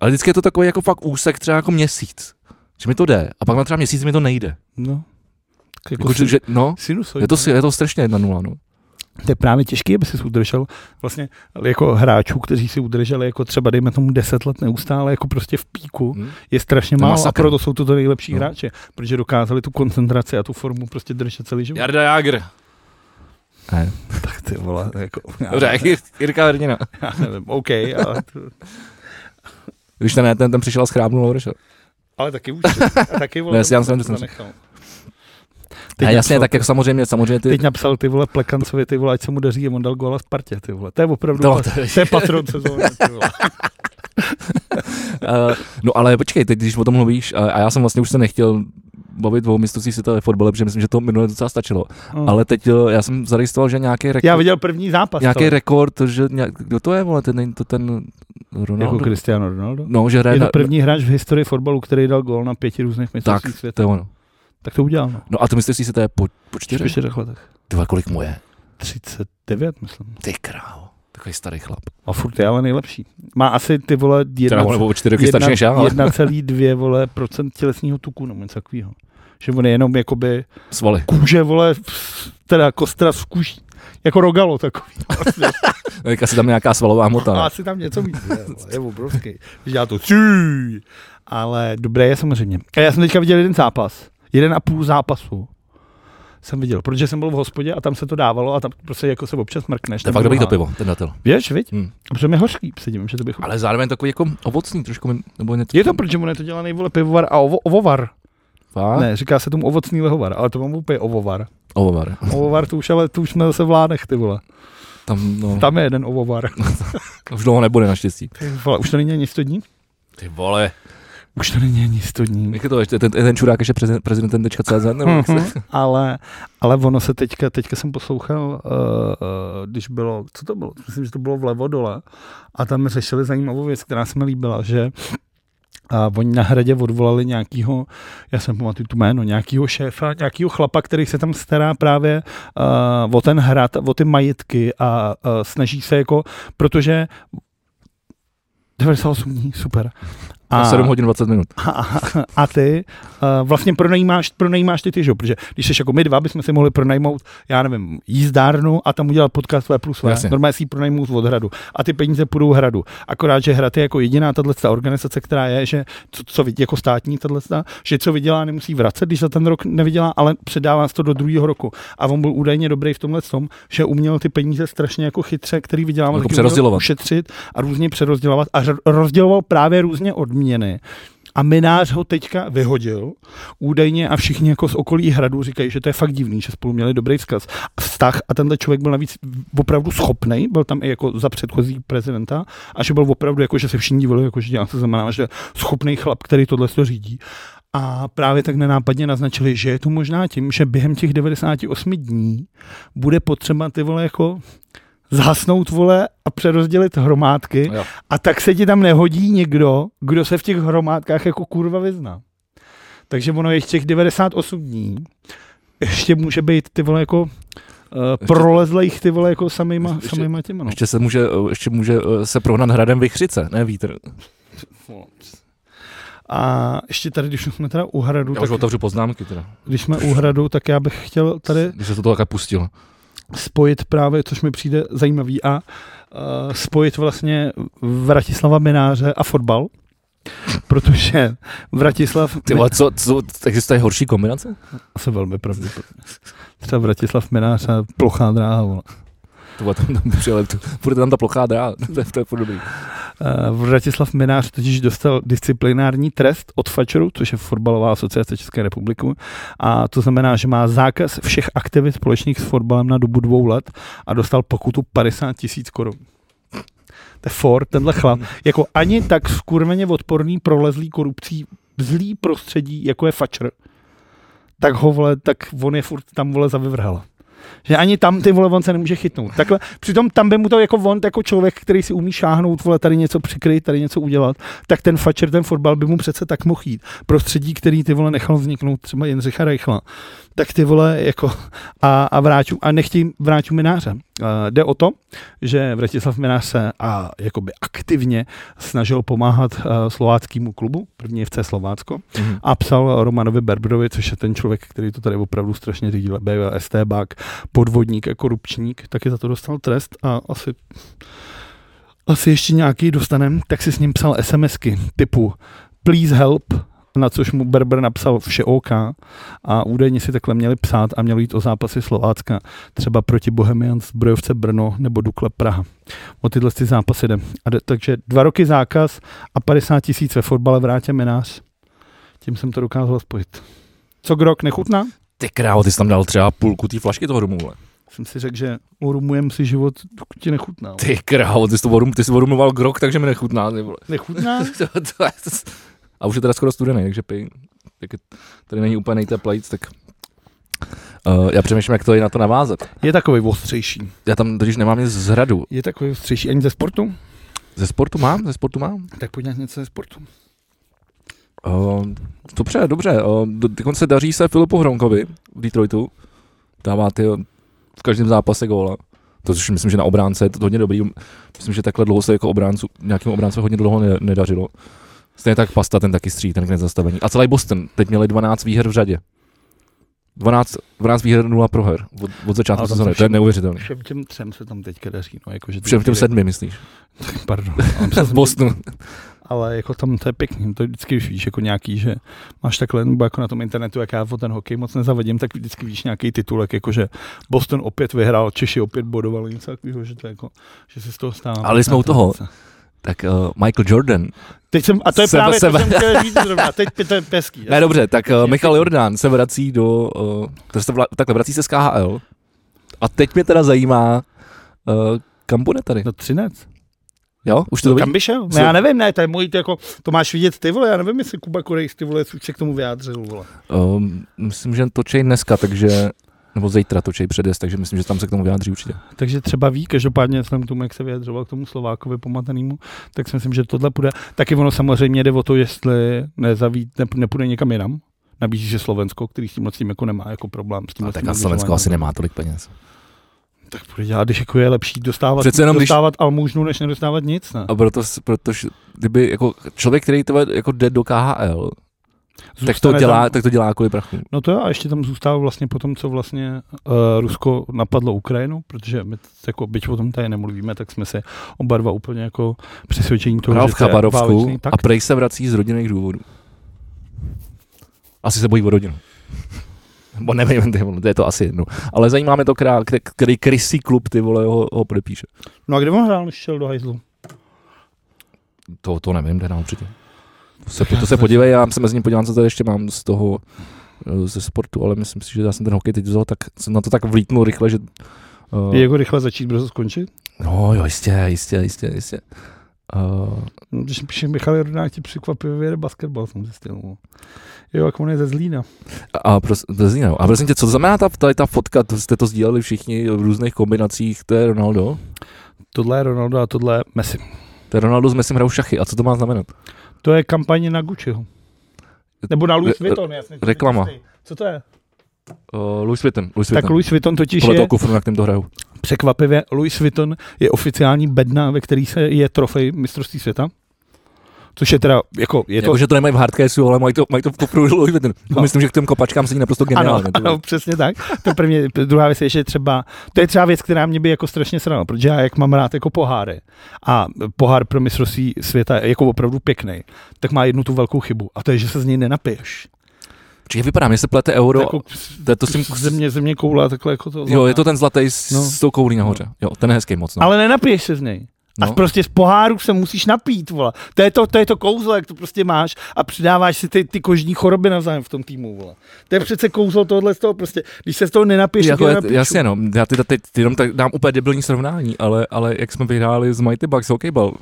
Speaker 1: ale vždycky je to takový jako fakt úsek, třeba jako měsíc. Že mi to jde, a pak na třeba měsíc mi to nejde.
Speaker 2: no. Tak jako
Speaker 1: Jako, že, že, no,
Speaker 2: sinusoid.
Speaker 1: je to, si- je to strašně jedna nula, no.
Speaker 2: to je právě těžké, aby si udržel vlastně jako hráčů, kteří si udrželi jako třeba dejme tomu 10 let neustále jako prostě v píku,
Speaker 1: Hm?
Speaker 2: je strašně
Speaker 1: To je
Speaker 2: málo
Speaker 1: masakr.
Speaker 2: a proto jsou to ty nejlepší
Speaker 1: No.
Speaker 2: hráči, protože dokázali tu koncentraci a tu formu prostě držet celý život.
Speaker 1: Jarda Jágr. Ne,
Speaker 2: tak ty vole, jako, já,
Speaker 1: dobře, Jirka Verdina.
Speaker 2: já nevím, OK, ale, to-
Speaker 1: Když ten, ten, ten přišel a schrábnul Lovrša.
Speaker 2: ale taky už, a taky vole,
Speaker 1: Ne, si já jsem
Speaker 2: to
Speaker 1: to
Speaker 2: zanechal.
Speaker 1: Ne, jasně,
Speaker 2: napsal,
Speaker 1: tak jako samozřejmě, samozřejmě ty...
Speaker 2: Teď napsal ty vole Plekancovi, ty vole, ať se mu daří, a on dal góla Spartě, ty vole. To je opravdu,
Speaker 1: No,
Speaker 2: no, to, je patron sezóny, ty vole.
Speaker 1: Uh, no ale počkej, teď když o tom mluvíš, a, a já jsem vlastně už se nechtěl bavit o mistrovství světa ve fotbale, protože myslím, že to minule docela stačilo.
Speaker 2: No.
Speaker 1: Ale teď eh, já jsem zaregistroval, že nějaký rekord,
Speaker 2: Já viděl první zápas.
Speaker 1: nějaký
Speaker 2: ale-
Speaker 1: rekord že nějak, kdo to je, vole, ten, není to ten Ronaldo?
Speaker 2: Jako Cristiano Ronaldo?
Speaker 1: no, že hraje
Speaker 2: Je to
Speaker 1: na-
Speaker 2: první hráč v historii fotbalu, který dal gól na pěti různých
Speaker 1: Tak,
Speaker 2: mistrovství světa.
Speaker 1: to je ono.
Speaker 2: Tak to udělal. No.
Speaker 1: No a to mistrovství světa je po, po
Speaker 2: V
Speaker 1: čtyřech?
Speaker 2: čtyřech letech.
Speaker 1: Dva, kolik mu je?
Speaker 2: 39, myslím.
Speaker 1: Ty král. Takový starý chlap.
Speaker 2: A furt je ale nejlepší. Má asi ty vole
Speaker 1: Teda
Speaker 2: jedna,
Speaker 1: on nebo o čtyři roky starší než já, ale
Speaker 2: 1,2 vole procent tělesního tuku nebo něco takového. Že on je jenom jakoby
Speaker 1: svaly.
Speaker 2: kůže vole, teda kostra z kůží. Jako rogalo takový.
Speaker 1: Tak asi tam nějaká svalová no.
Speaker 2: A
Speaker 1: mota.
Speaker 2: No, asi tam něco mít. Je, vole, je obrovský. Když dělá to. "Cí!" Ale dobré je samozřejmě. A já jsem teďka viděl jeden zápas. Jeden a půl zápasu jsem viděl, protože jsem byl v hospodě a tam se to dávalo a tam prostě jako se občas mrkneš.
Speaker 1: To je
Speaker 2: tam
Speaker 1: fakt dobrý to
Speaker 2: dlouhá.
Speaker 1: pivo, ten datel.
Speaker 2: Víš, viď?
Speaker 1: Hmm.
Speaker 2: Protože mi hořký, se divím, že to bych Ale...
Speaker 1: Ale zároveň takový jako ovocný trošku, mi- nebo něco.
Speaker 2: Je to, protože on je to dělaný, vole, pivovar a ovo, ovovar.
Speaker 1: Fakt?
Speaker 2: Ne, říká se tomu ovocný lehovar, ale to mám úplně ovovar.
Speaker 1: Ovovar.
Speaker 2: Ovovar to už, ale to už jsme zase v lánech, ty vole.
Speaker 1: Tam, no,
Speaker 2: Tam je jeden ovovar.
Speaker 1: už dlouho nebude naštěstí.
Speaker 2: Ty vole, už to není ani 100 dní?
Speaker 1: Ty vole.
Speaker 2: Už to není ani 100 dní.
Speaker 1: Jak je to ještě, ten, ten čurák ještě prezident, prezidentem.cz? Nebo jak se-
Speaker 2: Mhm, ale, ale ono se teďka, teďka jsem poslouchal, uh, uh, když bylo, co to bylo? Myslím, že to bylo vlevo dole. A tam řešili zajímavou věc, která se mi líbila, že a oni na hradě odvolali nějakýho, já jsem pamatuju tu jméno, nějakýho šéfa, nějakýho chlapa, který se tam stará právě uh, o ten hrad, o ty majetky a uh, snaží se jako, protože 98 dní, super.
Speaker 1: Na 7 hodin 20 minut.
Speaker 2: A, a ty uh, vlastně pronajímáš, pronajímáš ty ty, že jo? Protože když jsi jako my dva, bychom si mohli pronajmout, já nevím, jízdárnu a tam udělat podcast V plus V.
Speaker 1: Jasně.
Speaker 2: Normálně si ji pronajmout od hradu. A ty peníze půjdou hradu. Akorát, že hrad je jako jediná tahle organizace, která je, že co, co vidí, jako státní tahle, že co vydělá, nemusí vracet, když za ten rok nevydělá, ale předává se to do druhého roku. A on byl údajně dobrý v tomhle tom, že uměl ty peníze strašně jako chytře, který vydělával,
Speaker 1: Jako
Speaker 2: taky uměl
Speaker 1: přerozdělovat.
Speaker 2: ušetřit a různě přerozdělovat a ře- rozděloval právě různě odměny. A minář ho teďka vyhodil údajně a všichni jako z okolí hradu říkají, že to je fakt divný, že spolu měli dobrý vzkaz, vztah a tenhle člověk byl navíc opravdu schopný, byl tam i jako za předchozí prezidenta a že byl opravdu jako, že se všichni divili, jako že dělá, to znamená, že schopný chlap, který tohle to řídí. A právě tak nenápadně naznačili, že je to možná tím, že během těch 98 dní bude potřeba ty vole jako zhasnout vole a přerozdělit hromádky
Speaker 1: Jo.
Speaker 2: a tak se ti tam nehodí někdo, kdo se v těch hromádkách jako kurva vyzná. Takže ono je těch 98 dní, ještě může být ty vole jako Uh, prolezlých ty vole jako samýma,
Speaker 1: Ještě-
Speaker 2: samýma těma. No.
Speaker 1: Ještě se může, eh, ještě může eh, se prohnat hradem Vychřice, ne vítr.
Speaker 2: A ještě tady, když už jsme teda u hradu,
Speaker 1: Já už
Speaker 2: tak,
Speaker 1: otevřu poznámky teda,
Speaker 2: když jsme u hradu, tak já bych chtěl tady
Speaker 1: když se to takhle pustilo.
Speaker 2: spojit právě, což mi přijde zajímavý, a eh, spojit vlastně Vratislava Mináře a fotbal, protože Vratislav...
Speaker 1: Ty vole, co, co, existuje horší kombinace?
Speaker 2: se velmi pravděpodobně. Třeba Vratislav Minář a plochá dráha. Vole.
Speaker 1: To vole, tam, tam přijel, to, bude tam ta plochá dráha, to je, to je furt dobrý.
Speaker 2: Eh, Vratislav Minář totiž dostal disciplinární trest od FAČRu, což je fotbalová asociace České republiky. A to znamená, že má zákaz všech aktivit společných s fotbalem na dobu dvou let a dostal pokutu 50 tisíc korun. To je for, tenhle chlap. Jako ani tak skurveně odporný prolezlý korupcí zlý prostředí, jako je FAČR, tak ho vole, tak on je furt tam vole zavyvrhal. Že ani tam ty vole on se nemůže chytnout. Takhle, přitom tam by mu to jako on, jako člověk, který si umí šáhnout, vole, tady něco přikryt, tady něco udělat, tak ten fačer, ten fotbal by mu přece tak mohl jít. Prostředí, který ty vole nechal vzniknout třeba Jindřicha Reichla. Tak ty vole jako a, a vráču, a nechtím vráču Mináře. Uh, jde o to, že Vratislav Minář se a jakoby aktivně snažil pomáhat uh, slováckému klubu, první FC Slovácko,
Speaker 1: Mhm.
Speaker 2: a psal Romanovi Berbrovi, což je ten člověk, který to tady opravdu strašně řídil, byl STBák, podvodník a korupčník, taky za to dostal trest a asi asi ještě nějaký dostanem, tak si s ním psal SMSky typu please help, na což mu Berber napsal vše OK a údajně si takhle měli psát a mělo jít o zápasy Slovácka, třeba proti Bohemians, Brojovce Brno nebo Dukle Praha. O tyhle ty zápasy jde. A jde. Takže dva roky zákaz a 50 tisíc ve fotbale vrátě minář. Tím jsem to dokázal spojit. Co grok nechutná?
Speaker 1: Ty krávo, ty jsi tam dal třeba půlku té flašky toho rumu, vole.
Speaker 2: Jsem si řekl, že urumujem si život, dokud ti nechutná.
Speaker 1: Ty krávo, ty jsi, to orum, ty jsi orumoval grok, takže mi nechutná, ty vole.
Speaker 2: Nechutná?
Speaker 1: To, to, je- a už je teda skoro studený, takže pij. Tak je- tady není úplně nejteplejc, tak... Uh, já přemýšlím, jak to je na to navázat.
Speaker 2: Je takový ostřejší.
Speaker 1: Já tam totiž nemám nic z hradu.
Speaker 2: Je takový ostřejší ani ze sportu?
Speaker 1: Ze sportu mám, ze sportu mám.
Speaker 2: Tak pojď nějak něco ze sportu.
Speaker 1: Uh, dobře, dobře. Uh, dokonce daří se Filipu Hronkovi v Detroitu. Dává ty eh, v každém zápase góla. To což myslím, že na obránce je to hodně dobrý. Myslím, že takhle dlouho se jako obráncu, nějakému obráncu hodně dlouho ne, nedařilo. Stejně tak Pasta, ten taky střílí, ten k nezastavení. A celý Boston, teď měli 12 výher v řadě. 12, 12 výher, 0 proher od, od začátku
Speaker 2: Ale tam
Speaker 1: sezóny,
Speaker 2: se
Speaker 1: to je
Speaker 2: všem-
Speaker 1: neuvěřitelné.
Speaker 2: Všem těm třem se tam teďka daří. No, jako, že
Speaker 1: Všem těm sedmi, myslíš?
Speaker 2: Pardon.
Speaker 1: V Bostonu.
Speaker 2: Ale jako tam to je pěkný, to vždycky už víš, jako nějaký, že máš takhle, nebo jako na tom internetu, jak já o ten hokej moc nezavadím, tak vždycky víš nějaký titulek, jako že Boston opět vyhrál, Češi opět bodovali, něco takového, že to jako, že se z toho stává.
Speaker 1: Ale jsme u toho. Tak uh, Michael Jordan
Speaker 2: Teď jsem, a to je
Speaker 1: Jsem
Speaker 2: právě,
Speaker 1: sebe.
Speaker 2: to jsem chtěl říct zrovna, teď to je peský.
Speaker 1: Ne, dobře, tak uh, Michal Jordán se vrací eh, do, uh, to se vla, takhle vrací se z KHL a teď mě teda zajímá, Uh, kam bude tady?
Speaker 2: No třinec.
Speaker 1: Jo, už to, to
Speaker 2: Kam by šel? No já nevím, ne, to je můj, to, jako, to máš vidět ty vole, já nevím, jestli Kuba Korejs ty vole, se k tomu vyjádřil, vole.
Speaker 1: Um, myslím, že točej dneska, takže nebo zítra točej předjezd, takže myslím, že tam se k tomu vyjádří určitě.
Speaker 2: Takže třeba ví, každopádně vzhledem k tomu, jak se vyjadřoval k tomu Slovákovi pomatenému, tak si myslím, že tohle půjde. Taky ono samozřejmě jde o to, jestli nezavít, ne, nepůjde někam jinam. Nabízí, že Slovensko, který s tím tím jako nemá jako problém. S tím
Speaker 1: A tak na Slovensko asi nemá tolik peněz.
Speaker 2: Tak bude dělat, když jako je lepší dostávat,
Speaker 1: Přece jenom, když-
Speaker 2: dostávat almužnu, než nedostávat nic, ne?
Speaker 1: A proto, protože kdyby jako člověk, který tebe jako jde do KHL, tak No, to,
Speaker 2: Zůstane
Speaker 1: dělá,
Speaker 2: tam-
Speaker 1: tak to dělá kvůli prachu.
Speaker 2: No to jo, a ještě tam zůstává vlastně po tom, co vlastně uh, Rusko napadlo Ukrajinu, protože my t- jako, byť o tom tady nemluvíme, tak jsme se oba dva úplně jako přesvědčení toho,
Speaker 1: Hrál v
Speaker 2: že to je
Speaker 1: Chabarovsku
Speaker 2: válečný, tak,
Speaker 1: a prej se vrací z rodinných důvodů. Asi se bojí o rodinu. Bo nevím, ty vole, to je to asi jedno. Ale zajímá mě to, krá, který, který krysí klub ty vole ho, ho podepíše.
Speaker 2: No a kde on hrál, než šel do hajzlu?
Speaker 1: To, to nevím, jde na určitě. To se, to se podívej, já se mezi ním podívám, co tady ještě mám z toho eh, ze sportu, ale myslím si, že já jsem ten hokej teď vzal, tak jsem na to tak vlítnul rychle, že... Uh,
Speaker 2: Je jako rychle začít, brzo skončit?
Speaker 1: no jo, jistě, jistě, jistě, jistě. Uh,
Speaker 2: No, Když píše Michal Rudák, ti překvapivě vyjede basketbal, jsem zjistil. no. Jo, jak on je ze Zlína.
Speaker 1: A, pros, prosím, no. a prosím tě, co znamená ta, ta, ta fotka, to jste to sdíleli všichni v různých kombinacích, to je Ronaldo?
Speaker 2: Tohle je Ronaldo a tohle je Messi.
Speaker 1: To je Ronaldo s Messim hrajou šachy, a co to má znamenat?
Speaker 2: To je kampaně na Gucciho. Nebo na Louis Vuitton, jasně.
Speaker 1: reklama.
Speaker 2: Co to je?
Speaker 1: Uh, Louis Vuitton, Louis
Speaker 2: Tak
Speaker 1: Vuitton.
Speaker 2: Louis Vuitton totiž
Speaker 1: Podle
Speaker 2: je...
Speaker 1: toho kufru, na kterém to hrajou.
Speaker 2: Překvapivě, Louis Vuitton je oficiální bedna, ve který se je trofej mistrovství světa. Což je teda, jako, je
Speaker 1: Je
Speaker 2: to...
Speaker 1: to... Jako, že to nemají v hardcasu, ale mají to, mají to v kufru Louis Vuitton. No.
Speaker 2: No.
Speaker 1: Myslím, že k těm kopačkám sedí naprosto
Speaker 2: ano,
Speaker 1: geniálně. ty vole.
Speaker 2: ano, přesně tak. To první, druhá věc je, že třeba, to je třeba věc, která mě by jako strašně srala, protože já jak mám rád jako poháry a pohár pro mistrovství světa je jako opravdu pěkný, tak má jednu tu velkou chybu a to je, že se z něj nenapiješ.
Speaker 1: Čiže vypadá, mě se plete euro,
Speaker 2: jako,
Speaker 1: to, je to s tím,
Speaker 2: země, země koula, takhle jako to.
Speaker 1: jo, je to ten zlatý s,
Speaker 2: No.
Speaker 1: s tou koulí nahoře. Jo, ten je hezký moc. No.
Speaker 2: Ale nenapiješ se z něj. A
Speaker 1: No.
Speaker 2: prostě z poháru se musíš napít, vole. To je to, to, je to kouzlo, jak to prostě máš a přidáváš si ty, ty kožní choroby navzájem v tom týmu, vole. To je přece kouzlo tohle z toho prostě. Když se z toho nenapiješ, tak
Speaker 1: Jako,
Speaker 2: je
Speaker 1: je-
Speaker 2: na piču.
Speaker 1: jasně, no, já ty, teď jenom tak dám úplně debilní srovnání, ale, ale jak jsme vyhráli z Mighty Bucks hokejbal,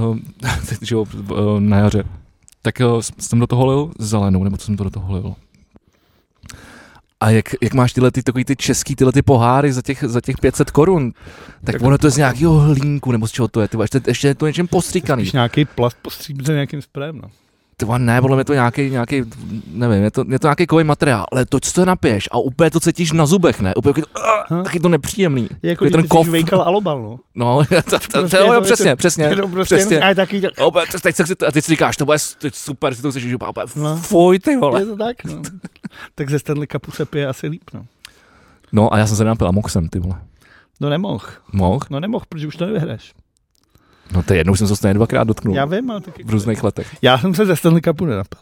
Speaker 1: uh, že jo, eh, na jaře, tak jo, jsem do toho lil zelenou, nebo co jsem to do toho lil? A jak, jak máš tyhle ty, takový ty český tyhle ty poháry za těch, za těch 500 korun, tak,
Speaker 2: Tak-
Speaker 1: ono to je z nějakého hlínku, nebo z čeho to je, ty, vole, ještě, ještě je to něčím postříkaný.
Speaker 2: Když nějaký plast postříbře nějakým sprém, no.
Speaker 1: Ty vole, ne, podle mě je to nějaký, nějaký, nevím, je to, je to nějaký kový materiál, ale to, co to napiješ a úplně to cítíš na zubech, ne? Úplně jako to,
Speaker 2: Hm?
Speaker 1: uh, taky to nepříjemný.
Speaker 2: Je jako,
Speaker 1: Takový
Speaker 2: když
Speaker 1: ten
Speaker 2: ten
Speaker 1: kov.
Speaker 2: vejkal alobal, no.
Speaker 1: No, to, to,
Speaker 2: Prostě
Speaker 1: to,
Speaker 2: je
Speaker 1: jo,
Speaker 2: to-
Speaker 1: přesně, přesně.
Speaker 2: Jenom prostě,
Speaker 1: přesně.
Speaker 2: jenom- a je taky, tak-
Speaker 1: Obe, to- teď se, chci- a teď si říkáš, to bude s- teď super, si to chceš, že úplně
Speaker 2: No.
Speaker 1: fuj, ty vole.
Speaker 2: je to tak, no. Tak ze Stanley Cupu se pije asi líp, no.
Speaker 1: No a já jsem se napil amoxem, ty vole.
Speaker 2: No nemoh,
Speaker 1: Mohl?
Speaker 2: no nemoh, protože už to nevyhraješ.
Speaker 1: No to je jednou jsem se stejně dvakrát dotknul.
Speaker 2: Já vím, ale taky.
Speaker 1: No. V různých letech.
Speaker 2: Já jsem se ze Stanley Cupu nenapil.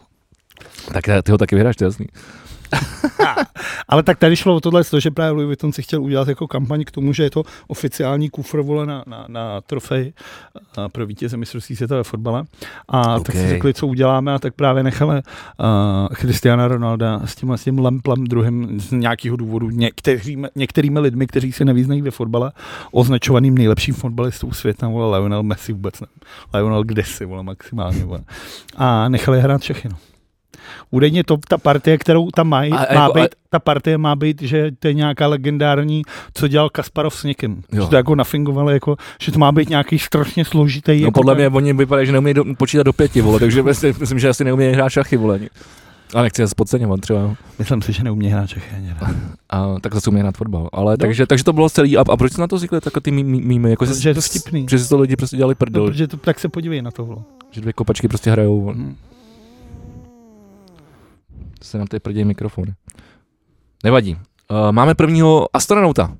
Speaker 1: Tak eh, ty ho taky vyhráš, to je jasný.
Speaker 2: Ale tak tady šlo o tohle, to, že právě Louis Vuitton si chtěl udělat jako kampaň k tomu, že je to oficiální kufr vole na, na, na trofej a pro vítěze mistrovství světa ve fotbale. A okay. tak si
Speaker 1: Okej.
Speaker 2: řekli, co uděláme, a tak právě nechali uh, Christiana Ronalda s tím, s tím Lemplem druhým z nějakého důvodu některými, některými lidmi, kteří se nevyznají ve fotbale, označovaným nejlepším fotbalistou světa, vole Lionel Messi vůbec ne. Lionel kdesi, vole maximálně. Vole. A nechali hrát Čechy, no. Údajně to, ta partie, kterou tam mají,
Speaker 1: A- a
Speaker 2: má
Speaker 1: jako- a-
Speaker 2: být, ta partie má být, že to je nějaká legendární, co dělal Kasparov s někým.
Speaker 1: Jo.
Speaker 2: Že to jako nafingovali, jako, že to má být nějaký strašně složitý.
Speaker 1: No
Speaker 2: jako
Speaker 1: podle
Speaker 2: ten-
Speaker 1: mě oni vypadají, že neumějí do, počítat do pěti, vole, takže prostě myslím, že asi neumějí hrát šachy, vole. A nechci je podceňovat třeba.
Speaker 2: Myslím si, že neumí hrát Čechy ani. ne.
Speaker 1: A tak zase umějí hrát fotbal.
Speaker 2: No.
Speaker 1: Ale takže, takže to bylo celý. A, a proč jsi na to zvykli takhle ty mí- mí- mými? Jako, že-
Speaker 2: Protože je to vtipný.
Speaker 1: Že si to lidi prostě dělali
Speaker 2: No,
Speaker 1: prdel.
Speaker 2: protože to, tak se podívej na tohle.
Speaker 1: Že dvě kopačky prostě hrajou. vole.
Speaker 2: Hm.
Speaker 1: se nám tady prdějí mikrofony. Nevadí. Uh, máme prvního astronauta.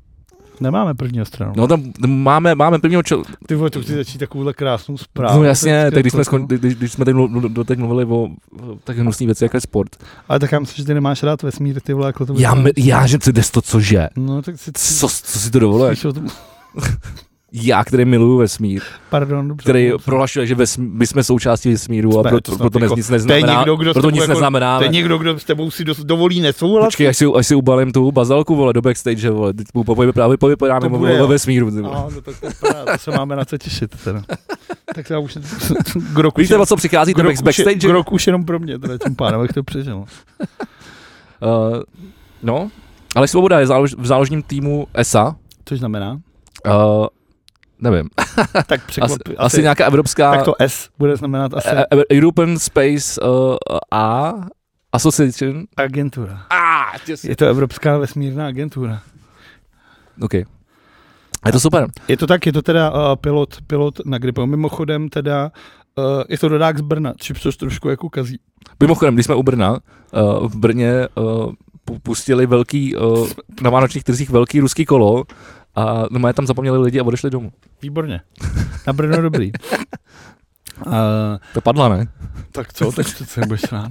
Speaker 2: Nemáme prvního stranu.
Speaker 1: No tam tam máme, máme prvního čel...
Speaker 2: Ty vole, to chci začít takovouhle krásnou zprávu. jako-
Speaker 1: No jasně,
Speaker 2: Teď-
Speaker 1: tak když jsme,
Speaker 2: to-
Speaker 1: skon, když, když jsme teď, mlu- doteď mluvili o o tak hnusný věci, jako je sport.
Speaker 2: Ale tak já myslím, že ty nemáš rád vesmír, ty vole, jako to
Speaker 1: Já, mi- já že si jdes to, cože?
Speaker 2: No tak si...
Speaker 1: Co, co si to dovoluješ?
Speaker 2: Víš o tom...
Speaker 1: já, který miluju vesmír,
Speaker 2: Pardon, dobře.
Speaker 1: který
Speaker 2: Dobře.
Speaker 1: prohlašuje, že vesmí, my jsme součástí vesmíru
Speaker 2: Jsme,
Speaker 1: a proto,
Speaker 2: to snad
Speaker 1: proto
Speaker 2: jako-
Speaker 1: jako, nic neznamená.
Speaker 2: někdo, kdo
Speaker 1: proto
Speaker 2: tomu
Speaker 1: nic
Speaker 2: jako-
Speaker 1: neznamená.
Speaker 2: To je někdo, kdo s tebou si dos- dovolí nesouhlasit.
Speaker 1: Počkej, až si, až si ubalím tu bazalku, vole, do backstage, vole, teď mu popojí, právě
Speaker 2: To
Speaker 1: povypadáme
Speaker 2: bude,
Speaker 1: vole,
Speaker 2: jo.
Speaker 1: ve vesmíru. ty vole.
Speaker 2: No, no, tak to, je pravda, to se máme na co těšit. Teda. Tak já už... k roku
Speaker 1: Víš,
Speaker 2: už-
Speaker 1: nebo co přichází ten
Speaker 2: krok, už,
Speaker 1: vlastně backstage?
Speaker 2: krok už jenom pro mě, teda tím pádem, jak to přežil.
Speaker 1: Uh, no, ale Svoboda je zálož, v záložním týmu ESA.
Speaker 2: Což znamená?
Speaker 1: Uh, nevím,
Speaker 2: Tak
Speaker 1: asi,
Speaker 2: překvapí.
Speaker 1: asi, asi nějaká evropská...
Speaker 2: Tak to S bude znamenat asi
Speaker 1: E- e- European Space uh, A Association.
Speaker 2: agentura.
Speaker 1: A,
Speaker 2: Je to Evropská vesmírná agentura.
Speaker 1: OK. Je to super.
Speaker 2: Je to tak, je to teda uh, pilot, pilot na Gripo. Mimochodem teda uh, je to dodák z Brna, čím což trošku jako kazí.
Speaker 1: Mimochodem, když jsme u Brna, uh, v Brně uh, pu- pustili velký, uh, na vánočních trzích velký ruský kolo a no, tam zapomněli lidi a odešli domů.
Speaker 2: Výborně. Na Brno dobrý. Uh,
Speaker 1: To padla, ne?
Speaker 2: tak co, tak co se budeš rád.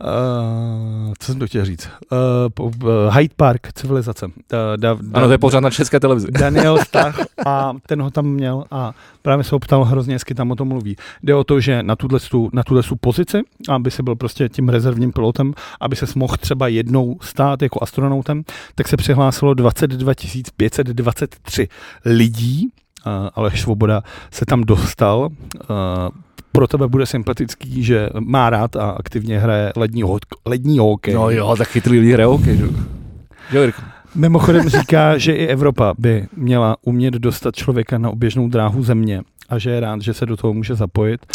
Speaker 2: Uh, co jsem to chtěl říct? Uh, po, uh, Hyde Park, civilizace. Uh, da, da,
Speaker 1: Ano, to je pořád na české televizi.
Speaker 2: Daniel Stach a ten ho tam měl a právě se ho ptal hrozně hezky, tam o tom mluví. Jde o to, že na tuhle, tu, na tuhle tu pozici, aby se byl prostě tím rezervním pilotem, aby se mohl třeba jednou stát jako astronautem, tak se přihlásilo 22 523 lidí, eh, Aleš Svoboda se tam dostal. eh, Pro tebe bude sympatický, že má rád a aktivně hraje lední, ho- lední hokej.
Speaker 1: No jo, tak chytrý lidi hraje hokej, že jo. Jo, Jirko?
Speaker 2: Mimochodem říká, že i Evropa by měla umět dostat člověka na oběžnou dráhu země a že je rád, že se do toho může zapojit.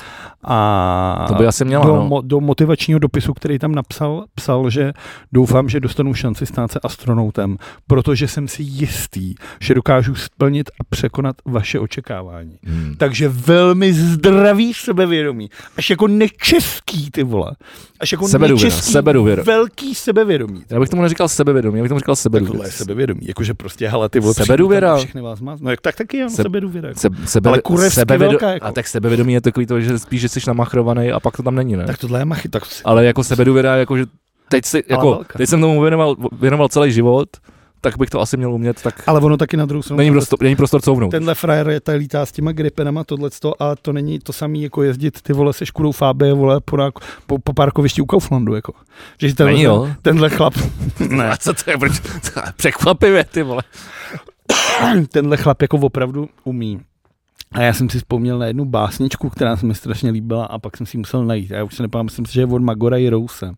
Speaker 2: A
Speaker 1: To by asi měla,
Speaker 2: do,
Speaker 1: no.
Speaker 2: mo- do motivačního dopisu, který tam napsal, psal, že doufám, že dostanu šanci stát se astronautem, protože jsem si jistý, že dokážu splnit a překonat vaše očekávání.
Speaker 1: Hmm.
Speaker 2: Takže velmi zdravý sebevědomí. Až jako nečeský, ty vole. Až jako
Speaker 1: Sebedůvěra,
Speaker 2: nečeský,
Speaker 1: sebedůvěra.
Speaker 2: velký sebevědomí.
Speaker 1: Já bych tomu neříkal sebevědomí, já bych tomu říkal
Speaker 2: Takhle
Speaker 1: sebedůvěra.
Speaker 2: je sebevědomí. Jakože prostě, hele, ty vole,
Speaker 1: Sebeduvěra.
Speaker 2: přijdu tam, Všechny vás má. No, tak taky jo,
Speaker 1: Se-
Speaker 2: sebeduvěra. Jako.
Speaker 1: Se, sebe,
Speaker 2: Ale kurevsky velká, jako.
Speaker 1: A tak sebevědomí je takový to, že spíš, že jsi namachrovaný a pak to tam není, ne?
Speaker 2: Tak tohle je machy, tak si-
Speaker 1: Ale jako sebedůvěra, jako že teď, si,
Speaker 2: Ale
Speaker 1: jako,
Speaker 2: velká.
Speaker 1: teď jsem tomu věnoval, věnoval celý život, tak bych to asi měl umět, tak
Speaker 2: ale ono taky na druhou stranu.
Speaker 1: není, prostě- prostor, není prostor couvnout.
Speaker 2: Tenhle frajer je tady lítá s těma gripenama, tohleto a to není to samý jako jezdit ty vole se škudou Fábie, vole po, na- po, po parkovišti u Kauflandu, jako. Že tenhle,
Speaker 1: Není, jo.
Speaker 2: tenhle chlap, ne,
Speaker 1: A co to je, proč, to je překvapivě, ty vole.
Speaker 2: tenhle chlap jako opravdu umí. A já jsem si vzpomněl na jednu básničku, která se mi strašně líbila a pak jsem si ji musel najít. A já už se nepamatuji, myslím si, že je od Magora i Rouse.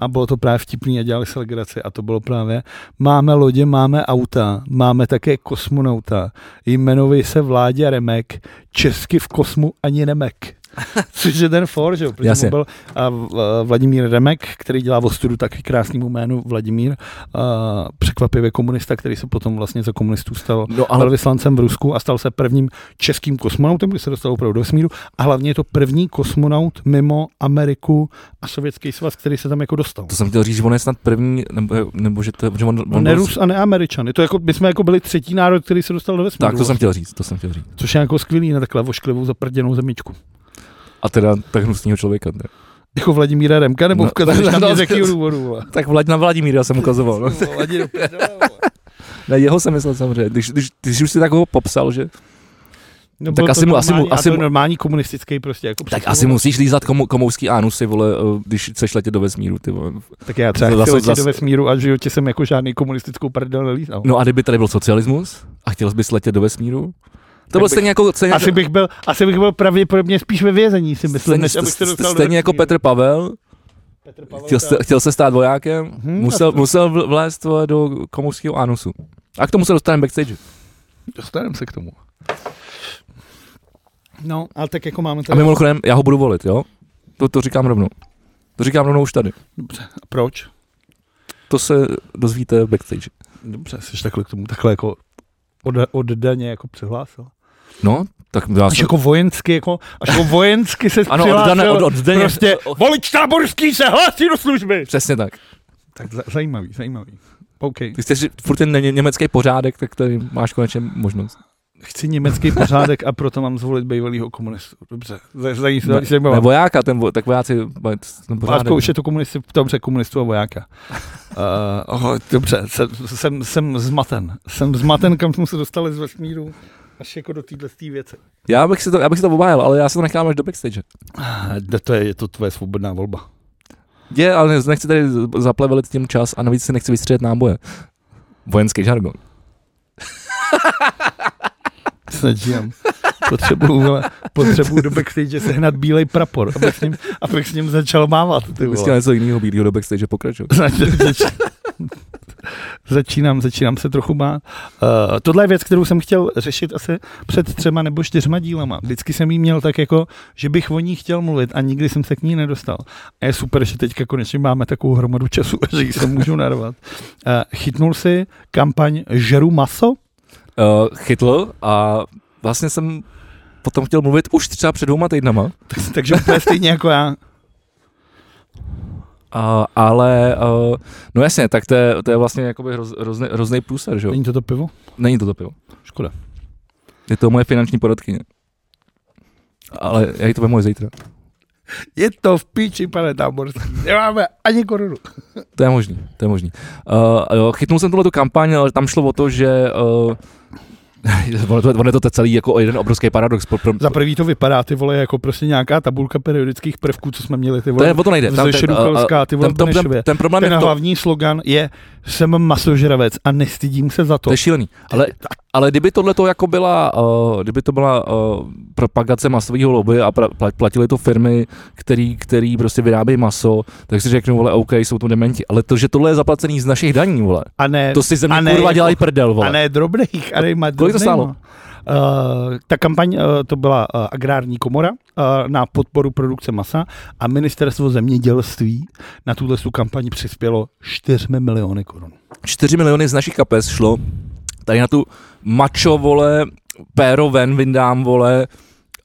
Speaker 2: A bylo to právě vtipný a dělali se legraci. A to bylo právě, máme lodě, máme auta, máme také kosmonauta. Jmenovej se Vládě Remek, česky v kosmu ani Nemek. Což je ten for, že jo? protože
Speaker 1: Jasně.
Speaker 2: mu byl a Vl- Vladimír Remek, který dělá v studu taky krásnému jménu Vladimír, a překvapivě komunista, který se potom vlastně za komunistů stal
Speaker 1: No
Speaker 2: ale...
Speaker 1: ale
Speaker 2: velvyslancem v Rusku a stal se prvním českým kosmonautem, kdy se dostal opravdu do vesmíru a hlavně je to první kosmonaut mimo Ameriku a Sovětský svaz, který se tam jako dostal.
Speaker 1: to jsem chtěl říct, že on je snad první, nebo, nebo že to je, že on, on
Speaker 2: On
Speaker 1: byl-
Speaker 2: nerus a neameričan. Je to jako, my jsme jako byli třetí národ, který se dostal do vesmíru.
Speaker 1: Tak, to jsem chtěl říct, to jsem chtěl říct.
Speaker 2: Což je jako skvělý na takhle ošklivou zaprděnou zemičku. teda
Speaker 1: A teda tak hnusného člověka. Ne?
Speaker 2: Jako Vladimíra Remka, nebo
Speaker 1: No,
Speaker 2: no, ukazuješ
Speaker 1: no,
Speaker 2: na mě
Speaker 1: no,
Speaker 2: z jakého
Speaker 1: no,
Speaker 2: důvodu? vole?
Speaker 1: Tak Vlad na Vladimíra jsem ukazoval. No.
Speaker 2: Vole, Vladi do prdele, vole.
Speaker 1: Ne, jeho jsem myslel samozřejmě. Když, když, když už si tak ho popsal, že
Speaker 2: No,
Speaker 1: Tak
Speaker 2: byl to
Speaker 1: asi mu- asi mu-
Speaker 2: normální- a
Speaker 1: asi
Speaker 2: byl
Speaker 1: mu-
Speaker 2: normální komunistický prostě. Jako
Speaker 1: Tak
Speaker 2: přístup.
Speaker 1: asi musíš lízat komu, komouský anusy, vole, eh, když chceš letět do vesmíru, ty vole.
Speaker 2: Tak já třeba
Speaker 1: Zase-
Speaker 2: chci letět
Speaker 1: zase-
Speaker 2: do vesmíru a v životě jsem jako žádný komunistickou prdel nelízal.
Speaker 1: No a kdyby tady byl socialismus a chtěl bys letět do vesmíru, to
Speaker 2: Tak
Speaker 1: byl
Speaker 2: bych-
Speaker 1: stejně jako, stejně,
Speaker 2: Asi bych, byl, asi bych byl pravděpodobně spíš ve vězení, si myslím,
Speaker 1: stejně,
Speaker 2: než abych se dostal
Speaker 1: stejně jako Petr Pavel,
Speaker 2: Petr Pavel,
Speaker 1: chtěl, se- chtěl se stát vojákem,
Speaker 2: Mhm,
Speaker 1: musel,
Speaker 2: a to-
Speaker 1: musel vl- vlézt vole, do komouského anusu. A k tomu se dostaneme backstage.
Speaker 2: Dostaneme se k tomu. No, ale tak jako máme
Speaker 1: A
Speaker 2: tady...
Speaker 1: mimochodem, já ho budu volit, jo? To, to říkám rovnou. To říkám rovnou už tady.
Speaker 2: Dobře, a proč?
Speaker 1: To se dozvíte backstage.
Speaker 2: Dobře, jsi takhle k tomu takhle jako odda- oddaně jako přihlásil.
Speaker 1: No, tak já
Speaker 2: Až
Speaker 1: jsem...
Speaker 2: jako vojensky, jako, až jako vojensky se
Speaker 1: Ano, od,
Speaker 2: přihlásil.
Speaker 1: Dana, od, od Zdeně,
Speaker 2: prostě,
Speaker 1: o-
Speaker 2: volič táborský se hlásí do služby!
Speaker 1: Přesně tak.
Speaker 2: Tak za- zajímavý, zajímavý. OK.
Speaker 1: Ty chceš furt ten ně- německý pořádek, tak tady máš konečně možnost.
Speaker 2: Chci německý pořádek a proto mám zvolit bývalýho komunistu. Dobře, za- za- za- zajímavá.
Speaker 1: Ne, vojáka, ten, vo- tak vojáci mají ten pořádek.
Speaker 2: Pátko už je to komunisti, dobře, komunistu a vojáka. Eh, Uh, oh, dobře, jsem, jsem, jsem zmaten. Jsem zmaten, kam jsme se dostali z vesmíru. Až jako do téhle tý věci.
Speaker 1: Já bych si to, já bych si to obhájil, ale já se to nechám až do backstage.
Speaker 2: Eh, To je, je to tvoje svobodná volba.
Speaker 1: Je, ale ne- nechci tady zaplevelit tím čas a navíc si nechci vystřelit náboje. Vojenský žargon.
Speaker 2: Snažím. Potřebuju, vole, potřebuju do backstage sehnat bílej prapor, abych s ním, abych s ním začal mávat. Ty
Speaker 1: Bych
Speaker 2: vole.
Speaker 1: chtěl něco jiného bílého do backstage pokračuj.
Speaker 2: začínám, začínám se trochu bát. Uh, tohle je věc, kterou jsem chtěl řešit asi před třema nebo čtyřma dílama. Vždycky jsem jí měl tak jako, že bych o ní chtěl mluvit a nikdy jsem se k ní nedostal. A je super, že teďka konečně máme takovou hromadu času, že ji se můžu narvat. Uh, chytnul si kampaň Žeru maso?
Speaker 1: Uh, chytl a vlastně jsem potom chtěl mluvit už třeba před dvouma týdnama,
Speaker 2: Tak, takže úplně stejně jako já.
Speaker 1: a, eh, ale uh, no jasně, tak to je, to je vlastně jakoby hroz, hrozný, hrozný průser, že jo?
Speaker 2: Není to to pivo?
Speaker 1: Není to to pivo.
Speaker 2: Škoda.
Speaker 1: Je to moje finanční poradkyně. Ale já jí to vemu až zítra.
Speaker 2: Je to v píči, pane Táborský. Nemáme ani korunu.
Speaker 1: To je možný, to je možný. Uh, jo, chytnul jsem tuhle kampaň, ale tam šlo o to, že uh, ono, to, ono je to te- celý jako jeden obrovský paradox. Pro, pro,
Speaker 2: Za prvý to vypadá, ty vole, jako prostě nějaká tabulka periodických prvků, co jsme měli, ty
Speaker 1: to
Speaker 2: vole.
Speaker 1: je, o to nejde.
Speaker 2: v Zešedu
Speaker 1: a- a-
Speaker 2: Kalská, ty vole,
Speaker 1: ten, ten, ten,
Speaker 2: Benešově.
Speaker 1: ten problém
Speaker 2: Ten
Speaker 1: je v tom,
Speaker 2: hlavní slogan je jsem masožravec a nestydím se za to.
Speaker 1: to je šílený. Ale, ale kdyby tohle to jako byla, uh, kdyby to byla uh, propagace masového lobby a pra, pla- platili to firmy, který, který prostě vyrábějí maso, tak si řeknou, vole, OK, jsou to dementi. Ale to, že tohle je zaplacený z našich daní, vole,
Speaker 2: A ne,
Speaker 1: to si ze
Speaker 2: a
Speaker 1: mě
Speaker 2: ne,
Speaker 1: kurva
Speaker 2: jako-
Speaker 1: dělají prdel,
Speaker 2: a
Speaker 1: vole.
Speaker 2: ne drobných, a dejma
Speaker 1: Kolik to stálo?
Speaker 2: Uh, ta kampaň uh, to byla uh, agrární komora uh, na podporu produkce masa a ministerstvo zemědělství na tuhle tu kampaň přispělo 4 miliony korun.
Speaker 1: 4 miliony z našich kapes šlo tady na tu mačo, vole, péro ven vyndám, vole,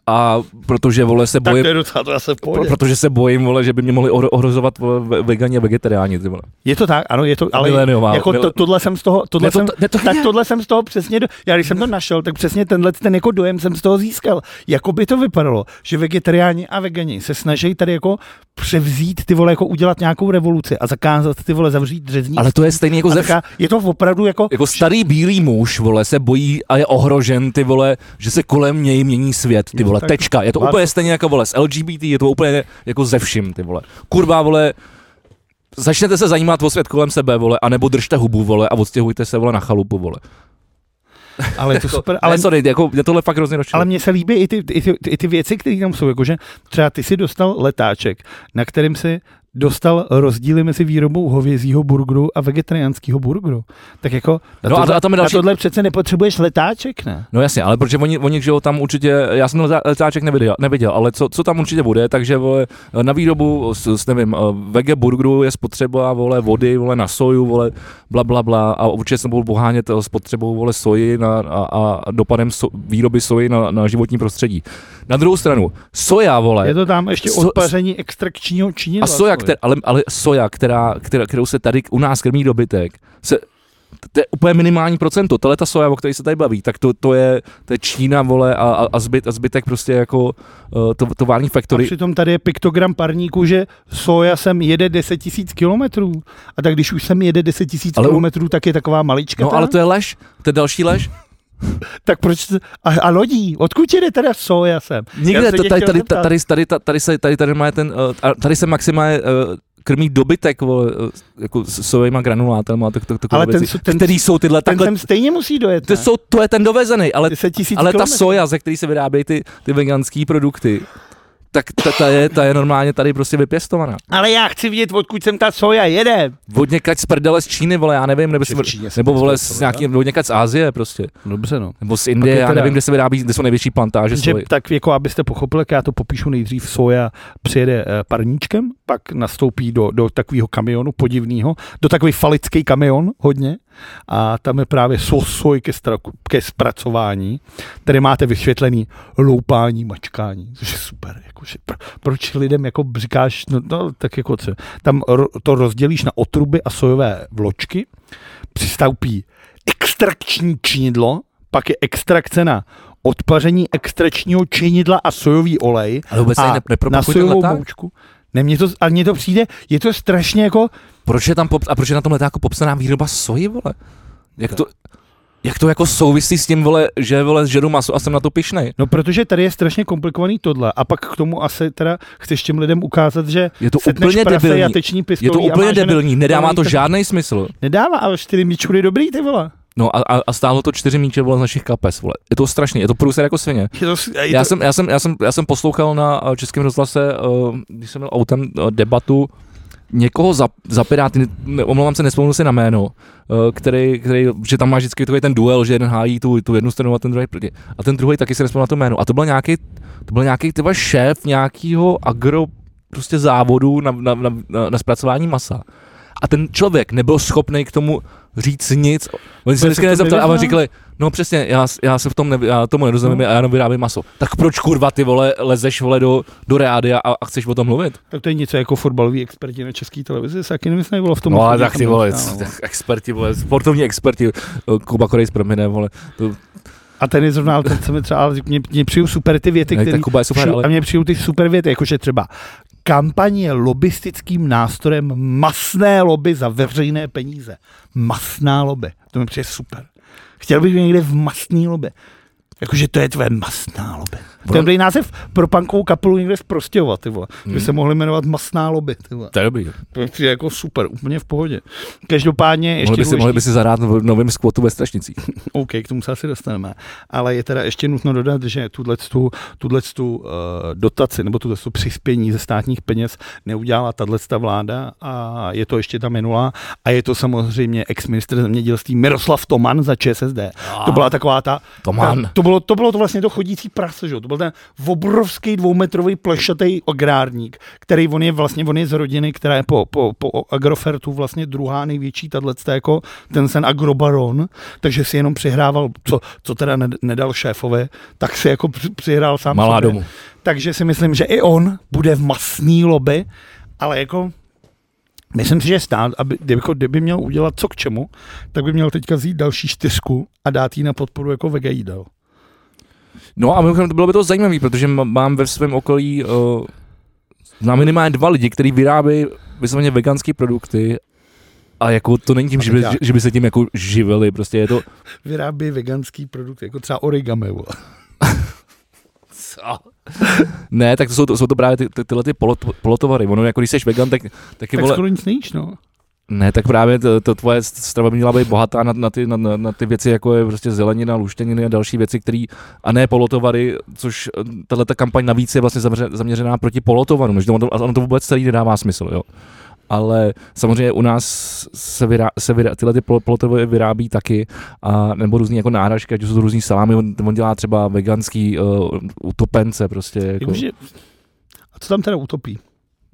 Speaker 1: a protože, vole, se bojím,
Speaker 2: je docela to zase v
Speaker 1: pro, protože se bojím, vole, že by mě mohli ohro- ohrozovat vole, ve- vegani a vegetariáni, ty vole.
Speaker 2: Je to tak, ano, je to, ale
Speaker 1: Mileniová,
Speaker 2: jako to,
Speaker 1: milen-
Speaker 2: tohle jsem z toho, tohle
Speaker 1: Ne, to-
Speaker 2: jsem,
Speaker 1: ne, to
Speaker 2: tak
Speaker 1: je.
Speaker 2: tohle jsem z toho přesně, do, já když jsem to našel, tak přesně tenhle ten jako dojem jsem z toho získal. Jako by to vypadalo, že vegetariáni a vegani se snaží tady jako převzít ty vole, jako udělat nějakou revoluci a zakázat ty vole, zavřít dřezní.
Speaker 1: Ale to je stejný jako
Speaker 2: a
Speaker 1: ze
Speaker 2: taká, je to opravdu jako,
Speaker 1: Jako starý bílý muž, vole, se bojí a je ohrožen, ty vole, že se kolem něj mění svět, ty
Speaker 2: Jo,
Speaker 1: vole,
Speaker 2: No tak-
Speaker 1: tečka. Je to
Speaker 2: Vás-
Speaker 1: úplně stejně jako, vole, s LGBT, je to úplně jako ze vším, ty vole. Kurva, vole, začněte se zajímat o svět kolem sebe, vole, anebo držte hubu, vole, a odstěhujte se, vole, na chalupu, vole.
Speaker 2: ale je to super,
Speaker 1: Ale
Speaker 2: ale
Speaker 1: ne, sorry, jako, mě tohle fakt hrozně došlo.
Speaker 2: Ale mně se líbí i ty, i ty, i ty věci, které tam jsou. Jakože třeba ty si dostal letáček, na kterým si dostal rozdíly mezi výrobou hovězího burgeru a vegetariánského burgeru. Tak jako na,
Speaker 1: No a-
Speaker 2: tohle,
Speaker 1: a tam je
Speaker 2: na
Speaker 1: další-
Speaker 2: tohle přece nepotřebuješ letáček, ne?
Speaker 1: No jasně, ale protože oni, oni že jo, tam určitě, já jsem ten leta- letáček neviděl, neviděl ale co, co tam určitě bude, takže vole, na výrobu s, s nevím, eh, vege burgeru je spotřeba vole vody, vole na soju, vole bla bla bla a určitě se budou bohánět eh, spotřebou vole soji na, a, a dopadem so, výroby soji na, na životní prostředí. Na druhou stranu, soja vole,
Speaker 2: Je to tam ještě
Speaker 1: so-
Speaker 2: odpaření extrakčního činidla.
Speaker 1: a soja,
Speaker 2: svoje.
Speaker 1: kter, ale, ale soja, která, která, kterou se tady u nás krmí dobytek, se, to je úplně minimální procento. Tahle ta soja, o které se tady baví, tak to, to, je, to je Čína, vole, a, a, a, zbyt, a zbytek prostě jako uh, to, tovární
Speaker 2: A
Speaker 1: faktory.
Speaker 2: přitom tady je piktogram parníku, že soja sem jede 10 000 kilometrů. A tak když už sem jede 10 000
Speaker 1: Ale u-
Speaker 2: kilometrů, tak je taková malička.
Speaker 1: No
Speaker 2: ta.
Speaker 1: ale to je lež, to je další lež.
Speaker 2: Tak proč... A, a lodí, odkud jede teda soja sem? Já
Speaker 1: Nikde,
Speaker 2: se
Speaker 1: to,
Speaker 2: tě
Speaker 1: tady,
Speaker 2: chtěl
Speaker 1: tady,
Speaker 2: zeptat.
Speaker 1: tady, tady, tady, ta- tady, se, tady, tady, má ten, eh, a tady se maximálně eh, krmí dobytek, vole, eh, jako s sojovýma granulátama, tak, tak, takové
Speaker 2: Ale ten
Speaker 1: věci,
Speaker 2: su- ten-
Speaker 1: který jsou tyhle
Speaker 2: Ten
Speaker 1: takhle,
Speaker 2: sem stejně musí dojet,
Speaker 1: to,
Speaker 2: ne?
Speaker 1: jsou, to je ten dovezený, ale
Speaker 2: 10 tisíc
Speaker 1: Ale ta
Speaker 2: kilometrů.
Speaker 1: soja, ze který se vyrábějí ty, ty veganské produkty, tak ta, ta, je, ta je normálně tady prostě vypěstovaná.
Speaker 2: Ale já chci vidět, odkud jsem ta soja jede.
Speaker 1: Od někač z prdele z Číny, vole, já nevím, nebo,
Speaker 2: Že
Speaker 1: si,
Speaker 2: v Číně se
Speaker 1: nebo vole,
Speaker 2: pěstovalo,
Speaker 1: z nějaký, od někač z Asie prostě,
Speaker 2: Dobře, no.
Speaker 1: nebo z
Speaker 2: Pak
Speaker 1: Indie,
Speaker 2: je
Speaker 1: já
Speaker 2: teda-
Speaker 1: nevím, kde se vyrábí, kde jsou největší plantáže
Speaker 2: Že,
Speaker 1: soji.
Speaker 2: tak jako abyste pochopili, jak já to popíšu nejdřív, soja přijede eh, parníčkem, pak nastoupí do, do takového kamionu podivného, do takový falický kamion hodně a tam je právě so- soj ke, stra, ke zpracování, tady máte vysvětlený loupání, mačkání, což je super. Jakože, pro, proč lidem jako říkáš, no, no tak jako co, tam ro, to rozdělíš na otruby a sojové vločky, přistoupí extrakční činidlo, pak je extrakce na odpaření extrakčního činidla a sojový olej
Speaker 1: Ale vůbec
Speaker 2: a
Speaker 1: tady ne,
Speaker 2: na
Speaker 1: nepropaguj ten
Speaker 2: sojovou
Speaker 1: leták.
Speaker 2: moučku. Ne, mně to, a mně to přijde, je to strašně jako,
Speaker 1: Proč je tam pop, a proč je na tom letáku popsaná výroba soji, vole? Jak to, Jak to jako souvisí s tím, vole, že vole, žeru maso a jsem na to pišnej?
Speaker 2: No protože tady je strašně komplikovaný tohle a pak k tomu asi teda chceš těm lidem ukázat, že
Speaker 1: Je to
Speaker 2: sedneš
Speaker 1: úplně
Speaker 2: prase
Speaker 1: debilní.
Speaker 2: jateční pistolí
Speaker 1: Je to
Speaker 2: a
Speaker 1: úplně
Speaker 2: máš jen-
Speaker 1: debilní, nedává to
Speaker 2: tak-
Speaker 1: žádný smysl.
Speaker 2: Nedává, ale čtyři míčury dobrý, ty vole.
Speaker 1: No a, a, a stálo to čtyři míče vole, z našich kapes, vole. Je to strašný, je to průser jako svině.
Speaker 2: Je to, s- je
Speaker 1: Já
Speaker 2: to,
Speaker 1: jsem, já, jsem, já, jsem, já jsem poslouchal na eh, Českém rozhlase, eh, když jsem měl autem eh, debatu, někoho za, za Piráty, ne- omlouvám se, nespomenu si na jméno, eh, který, který, že tam má vždycky takový ten duel, že jeden hájí tu, tu jednu stranu a ten druhý proti. A ten druhý taky se nespomenu na to jméno. A to byl nějaký, to byl nějaký tyba šéf nějakého agro prostě závodu na, na, na, na, na zpracování masa. A ten člověk nebyl schopný k tomu říct nic. Oni se
Speaker 2: se v
Speaker 1: vždycky
Speaker 2: tom
Speaker 1: nezeptali a oni
Speaker 2: nevyzná?
Speaker 1: říkali, no přesně, já, s- já se v tom nevy, já tomu nerozumím
Speaker 2: No.
Speaker 1: a já jenom vyrábím maso. Tak proč kurva ty vole lezeš vole do, do rádia a, a chceš o tom mluvit?
Speaker 2: tak to je něco jako fotbaloví experti na české televizi, se taky nemyslej, vole, v tom.
Speaker 1: No ale
Speaker 2: obchodě
Speaker 1: tak
Speaker 2: tam
Speaker 1: ty vole,
Speaker 2: dostává, vole.
Speaker 1: tak experti vole, sportovní experti, eh, Kuba Korejs promiňte vole.
Speaker 2: A ten je zrovna, ale ten se mi třeba, ale mě, mě přijou super ty věty,
Speaker 1: Ne,
Speaker 2: které
Speaker 1: tak Kuba je super,
Speaker 2: Přijdu-
Speaker 1: ale
Speaker 2: A mně přijdou ty super věty, jakože třeba kampaň je lobistickým nástrojem masné lobby za veřejné peníze. Masná lobby. To mi přijde super. Chtěl bych být někde v masný lobby. Jakože to je tvé masná lobby. To
Speaker 1: Ono-
Speaker 2: je dobrý název pro pankovou kapelu někde z Prostějova, ty vole. By
Speaker 1: Hmm.
Speaker 2: se mohli jmenovat masná lobby, ty vole.
Speaker 1: to je dobrý.
Speaker 2: To mi přijde jako super, úplně v pohodě. Každopádně ještě
Speaker 1: Mohli by, si, mohli by si zahrát v novém skvotu ve Strašnicích.
Speaker 2: OK, k tomu se asi dostaneme. Ale je teda ještě nutno dodat, že tuhle tu, uh, dotaci nebo tuhle přispění ze státních peněz neudělala tahle vláda a je to ještě ta minulá. A je to samozřejmě ex-ministr zemědělství Miroslav Toman za ČSSD. To byla taková ta...
Speaker 1: Toman.
Speaker 2: ta- To bylo, to bylo to vlastně to chodící prase, že? jo? To byl ten obrovský dvoumetrový plešatý agrárník, který on je vlastně, on je z rodiny, která je po, po, po Agrofertu vlastně druhá největší, tahle jako ten sen agrobaron, takže si jenom přihrával, co, co teda ned- nedal šéfové, tak si jako při- přihrál sám
Speaker 1: Malá
Speaker 2: sobě.
Speaker 1: domů.
Speaker 2: Takže si myslím, že i on bude v masný lobby, ale jako myslím si, že stát, aby, kdyby, kdyby měl udělat co k čemu, tak by měl teďka vzít další čtyřku a dát jí na podporu jako vega jídel.
Speaker 1: No a mimochodem to bylo by to zajímavé, protože m- mám ve svém okolí uh, na minimálně dva lidi, kteří vyrábějí vysloveně veganské produkty a jako to není tím, že by,
Speaker 2: tak já.
Speaker 1: že, že by se tím jako živili, prostě je to...
Speaker 2: Vyrábí veganský produkt, jako třeba origami. Vole.
Speaker 1: Ne, tak to jsou to, jsou to právě ty, ty, tyhle ty polot, polotovary. Ono jako když jsi vegan, tak taky
Speaker 2: Tak
Speaker 1: vole... Jako-
Speaker 2: skoro nic nejíš, no.
Speaker 1: Ne, tak právě to, to tvoje strava by měla být bohatá na, na, ty, na, na, na ty věci, jako je prostě zelenina, luštěniny a další věci, které a ne polotovary, což eh, tahle kampaň navíc je vlastně zaměře- zaměřená proti polotovarům, takže ono, to- ono to vůbec celý nedává smysl, jo. Ale samozřejmě u nás se, vyrá, se vyrá, tyhle ty pol- polotovary vyrábí taky, a, nebo různý jako náhražky, ať už jsou to různý salámy, on, on dělá třeba veganský uh, utopence prostě. Jako.
Speaker 2: Jakože, a co tam teda utopí?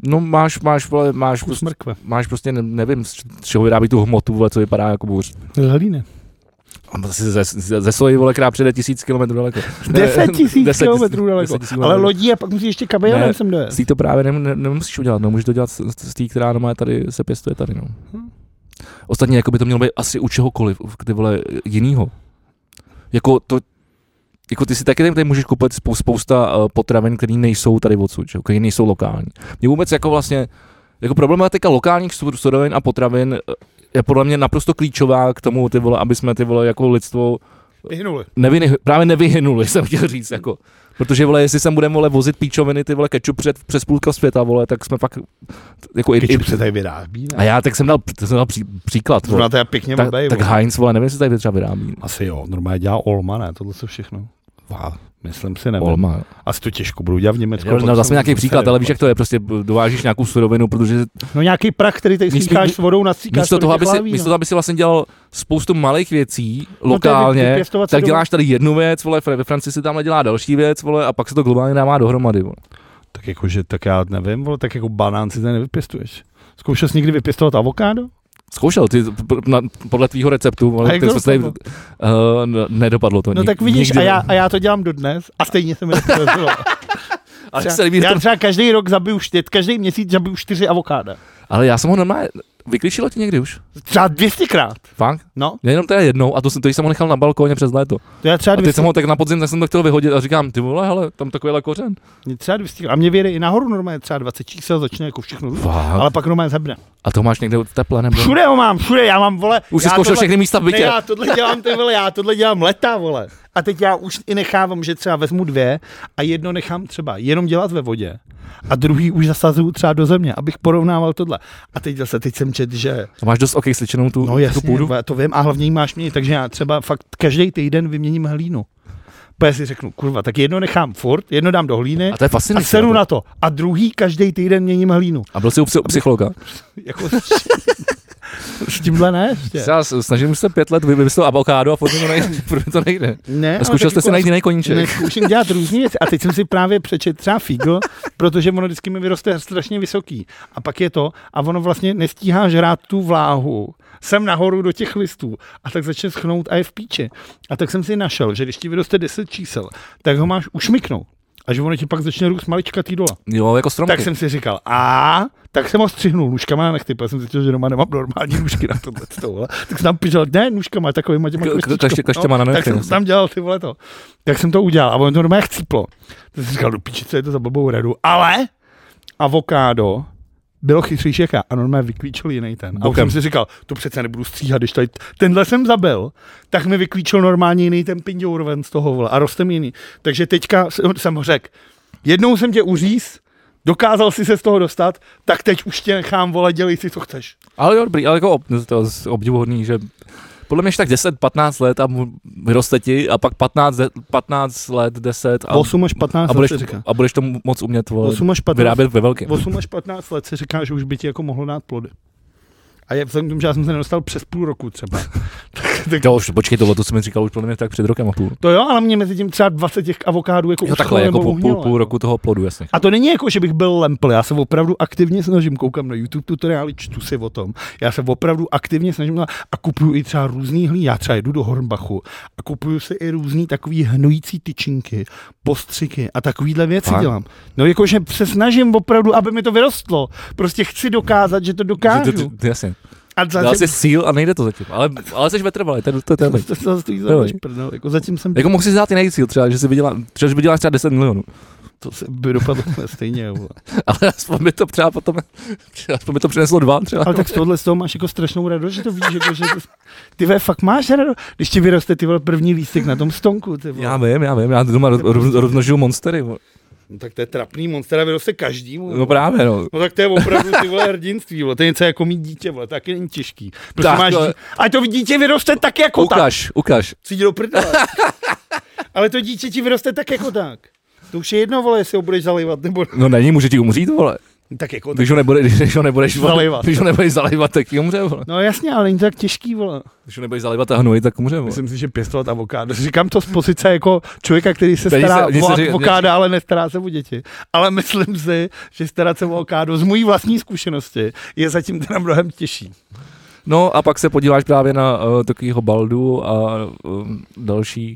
Speaker 1: No máš, máš, vole, máš,
Speaker 2: Kus
Speaker 1: prostě,
Speaker 2: mrkve.
Speaker 1: máš prostě, ne- nevím, z č- z čeho vyrábí tu hmotu, vole, co vypadá jako bůř.
Speaker 2: Hlíne.
Speaker 1: On zase ze, ze, ze svojí vole, která přijede tisíc kilometrů daleko.
Speaker 2: 10 tisíc
Speaker 1: Deset-
Speaker 2: kilometrů daleko.
Speaker 1: deset tisíc
Speaker 2: Ale
Speaker 1: kilometrů.
Speaker 2: lodí a pak musíš ještě kabelem
Speaker 1: Ne,
Speaker 2: sem dojet.
Speaker 1: Z tý to právě nem, ne, nemusíš udělat, no, můžeš to dělat z, z té, která normálně tady se pěstuje tady. No.
Speaker 2: Hm.
Speaker 1: Ostatně jako by to mělo být asi u čehokoliv, u- ty vole, jinýho. Jako to, jako ty si taky tady tady můžeš kupovat spou- spousta uh, potravin, které nejsou tady odsud, že jo, které nejsou lokální. Mě vůbec jako vlastně, jako problematika lokálních su- surovin a potravin eh, je podle mě naprosto klíčová k tomu, ty vole, aby jsme ty vole jako lidstvo
Speaker 2: Vyhnuli.
Speaker 1: nevyny, právě nevyhynuli, jsem chtěl říct, jako. Protože, vole, jestli sem budeme, vole, vozit píčoviny, ty, vole, kečup před, přes půlka světa, vole, tak jsme fakt, jako, i, i,
Speaker 2: Kečup se tady vyrábí,
Speaker 1: a
Speaker 2: ne?
Speaker 1: já tak jsem dal, to jsem dal pří, příklad, vole.
Speaker 2: Zrovna to je pěkně
Speaker 1: Tak,
Speaker 2: blbej,
Speaker 1: tak
Speaker 2: vole.
Speaker 1: Heinz, vole, nevím, jestli tady třeba vyrábí.
Speaker 2: Asi jo, normálně dělá Olma, ne? Tohle se všechno.
Speaker 1: Vá,
Speaker 2: Myslím si, nevím. Olma.
Speaker 1: Olma. jo.
Speaker 2: Asi to těžko budou dělat v Německu.
Speaker 1: No, zase nějaký příklad, ale víš, jak to je, prostě dovážíš nějakou surovinu, protože
Speaker 2: No nějaký prach, který tady
Speaker 1: Místo-
Speaker 2: stýkáš s vodou, nastýkáš
Speaker 1: místo
Speaker 2: do
Speaker 1: toho,
Speaker 2: těch
Speaker 1: aby si,
Speaker 2: láví,
Speaker 1: místo
Speaker 2: no.
Speaker 1: toho, aby si vlastně dělal spoustu malých věcí
Speaker 2: No, to je vy-
Speaker 1: lokálně,
Speaker 2: vypěstovat si
Speaker 1: tak
Speaker 2: doma.
Speaker 1: děláš tady jednu věc, vole, ve Francii si tam dělá další věc, vole, a pak se to globálně dává dohromady, vole.
Speaker 2: Tak jakože, tak já nevím, vole, tak jako banán si tady nevypěstuješ. Zkoušel jsi někdy vypěstovat avokádo?
Speaker 1: No, Zkoušel ty pr- na, podle tvýho receptu,
Speaker 2: A
Speaker 1: ale
Speaker 2: jak
Speaker 1: který
Speaker 2: to
Speaker 1: jsme tady, uh,
Speaker 2: dopadlo?
Speaker 1: nedopadlo to.
Speaker 2: No
Speaker 1: nik-
Speaker 2: tak vidíš,
Speaker 1: nikdy
Speaker 2: a já,
Speaker 1: ne-
Speaker 2: a já to dělám dodnes a stejně se mi nepodařilo.
Speaker 1: ale,
Speaker 2: Třeba-
Speaker 1: se líbí, že
Speaker 2: já
Speaker 1: to,
Speaker 2: třeba každý rok zabiju čtyř, každý měsíc zabiju čtyři avokáda.
Speaker 1: ale já jsem ho normálně, Vyklíčilo ti někdy už?
Speaker 2: Třeba 200krát.
Speaker 1: Fakt?
Speaker 2: No,
Speaker 1: Jenom to je jednou a to jsem, to jsem ho nechal na balkóně přes léto.
Speaker 2: to já třeba
Speaker 1: A teď
Speaker 2: 200,
Speaker 1: jsem ho tak na podzim, tak jsem to chtěl vyhodit a říkám, ty vole, hele, tam takovýhle kořen.
Speaker 2: mě třeba 200 A mě vyjede i nahoru normálně třeba 20 čísel, začne jako všechno. růst,
Speaker 1: Fakt.
Speaker 2: Ale pak normálně zhebne.
Speaker 1: A to máš někde v teple nebo?
Speaker 2: Všude ho mám, všude, já mám, vole.
Speaker 1: Už jsi
Speaker 2: já
Speaker 1: zkoušel
Speaker 2: tohle-
Speaker 1: všechny místa v
Speaker 2: Ne,
Speaker 1: bytě.
Speaker 2: já tohle dělám, ty vole, já tohle dělám leta, vole. A teď já už i nechávám, že třeba vezmu dvě a jedno nechám třeba jenom dělat ve vodě a druhý už zasazuju třeba do země, abych porovnával tohle. A teď zase, teď jsem čet, že
Speaker 1: A máš dost okysličenou tu,
Speaker 2: no
Speaker 1: tu
Speaker 2: jasně,
Speaker 1: půdu?
Speaker 2: já to vím a hlavně jí máš měnit, takže já třeba fakt každý týden vyměním hlínu. Protože si řeknu, kurva, tak jedno nechám furt, jedno dám do hlíny
Speaker 1: A to je
Speaker 2: a
Speaker 1: fascinující.
Speaker 2: seru na to. A druhý každý týden měním hlínu.
Speaker 1: A byl jsi u psy- u psychologa?
Speaker 2: Jako s, s tímhle ne ještě.
Speaker 1: Já s- snažím už se pět let vy- vymyslet avokádo a furt mi to nejde. Furt to nejde.
Speaker 2: Ne,
Speaker 1: A
Speaker 2: ale
Speaker 1: zkoušel
Speaker 2: taky
Speaker 1: jste si
Speaker 2: klas-
Speaker 1: najít jiný
Speaker 2: Ne,
Speaker 1: koníček.
Speaker 2: zkouším dělat různé věci. A teď jsem si právě přečet třeba fígl, protože ono vždycky mi vyroste strašně vysoký. A pak je to, a ono vlastně nestíhá žrát tu vláhu sem nahoru do těch listů a tak začne schnout a je v píči. A tak jsem si našel, že když ti vyroste 10 čísel, tak ho máš ušmiknout. A že ono ti pak začne růst malička tý dole.
Speaker 1: Jo, jako
Speaker 2: Tak
Speaker 1: stromky.
Speaker 2: jsem si říkal, a tak jsem ho střihnul nůžkama na nechty, protože jsem zjistil, že doma nemám normální nůžky na tohle. tohle. Tak jsem tam pižel, ne nůžkama, takovýma těma
Speaker 1: K- k-
Speaker 2: kostičkama.
Speaker 1: kaště- kaštěma na
Speaker 2: No, tak
Speaker 1: nechty,
Speaker 2: jsem
Speaker 1: jasně.
Speaker 2: tam dělal ty vole to. Tak jsem to udělal a on to normálně chcíplo. Tak jsem říkal, do piči, co je to za blbou radu. Ale avokádo bylo chytřejší jak já a normálně vyklíčil jiný ten. A už
Speaker 1: Bokem.
Speaker 2: jsem si říkal, to přece nebudu stříhat, když tady tenhle jsem zabil, tak mi vyklíčil normálně jiný ten pindour ven z toho vole a roste mi jiný. Takže teďka s- jsem ho řekl, jednou jsem tě uříz, dokázal si se z toho dostat, tak teď už tě nechám vole, dělej si, co chceš.
Speaker 1: Ale jo, dobrý, ale jako ob, to je obdivuhodný, že podle mě že tak 10-15 let a mu vyroste ti a pak 15, de- 15 let, 10 a,
Speaker 2: 8 až 15
Speaker 1: a,
Speaker 2: let
Speaker 1: budeš,
Speaker 2: se říká.
Speaker 1: a budeš to moc umět vole,
Speaker 2: 8 až 15,
Speaker 1: vyrábět ve velkém.
Speaker 2: 8 až 15 let se říká, že už by ti jako mohlo dát plody. A je vzhledem k tomu, že já jsem se nedostal přes půl roku třeba. tak, tak,
Speaker 1: To už, počkej, tohle to jsem mi říkal už podle mě tak před rokem a půl.
Speaker 2: to jo, ale mě mezi tím třeba 20 těch avokádů
Speaker 1: Jo,
Speaker 2: jako uschlo
Speaker 1: takhle,
Speaker 2: nebo
Speaker 1: jako po půl,
Speaker 2: uhnělo,
Speaker 1: půl roku toho plodu, jasně.
Speaker 2: A to není jako, že bych byl lempl, já se opravdu aktivně snažím, koukám na YouTube tutoriály, čtu si o tom, já se opravdu aktivně snažím a kupuju i třeba různý hlí, já třeba jedu do Hornbachu a kupuju si i různý takový hnojící tyčinky, postřiky a takovýhle věci
Speaker 1: Fakt?
Speaker 2: dělám. No jakože se snažím opravdu, aby mi to vyrostlo, prostě chci dokázat, že to dokážu.
Speaker 1: Že to- to- Jasně.
Speaker 2: A
Speaker 1: Dal
Speaker 2: zatím,
Speaker 1: jsi síl a nejde to zatím, ale, ale jsi vytrvalý, to, je- to, je- to je dobrý.
Speaker 2: to, to, stojí za
Speaker 1: Jo.
Speaker 2: váš prdel, jako zatím jsem
Speaker 1: Jako mohl si dát jiný cíl, třeba, že si vydělá, třeba, že vyděláš třeba 10 milionů,
Speaker 2: to se by dopadlo úplně stejně. jo, vole.
Speaker 1: ale aspoň by to třeba potom, aspoň by to přineslo dva třeba.
Speaker 2: Ale tak z tohohle z toho máš jako strašnou radost, že to víš, jako, že to, ty ve fakt máš radost, když ti vyroste ty vole první lístek na tom stonku, ty vole.
Speaker 1: Já vím, já vím, já doma roz- roz- rozmnožuju monstery. vole.
Speaker 2: No, tak to je trapný monster a vyroste každému.
Speaker 1: No právě, no.
Speaker 2: No tak to je opravdu ty vole hrdinství, vole. to je něco jako mít dítě, vole. to taky není těžký. Prostě
Speaker 1: Tak,
Speaker 2: tak, máš
Speaker 1: ale-
Speaker 2: dítě, a to dítě vyroste tak jako tak.
Speaker 1: Ukaž, ukaž.
Speaker 2: Si jdi do prdele. Ale to dítě ti vyroste tak jako tak. To už je jedno, vole, jestli ho budeš zalivat, nebo
Speaker 1: No není, může ti umřít, vole.
Speaker 2: tak jako tak.
Speaker 1: Když ho, nebude, když, když ho nebudeš vole,
Speaker 2: Zalivat.
Speaker 1: Když ho nebudeš zalivat, tak ti umře, vole.
Speaker 2: No jasně, ale není to tak těžký, vole.
Speaker 1: Když ho nebudeš zalivat a hnojit, tak umře, vole.
Speaker 2: Myslím si, že pěstovat avokádo. Říkám to z pozice jako člověka, který se
Speaker 1: Který
Speaker 2: stará
Speaker 1: se- mně se
Speaker 2: o
Speaker 1: říká-
Speaker 2: avokáda, ale nestará se o děti. Ale myslím si, že starat se o avokádo z mojí vlastní zkušenosti je zatím teda mnohem těžší.
Speaker 1: No a pak se podíváš právě na uh, takovýho Baldu a uh, další.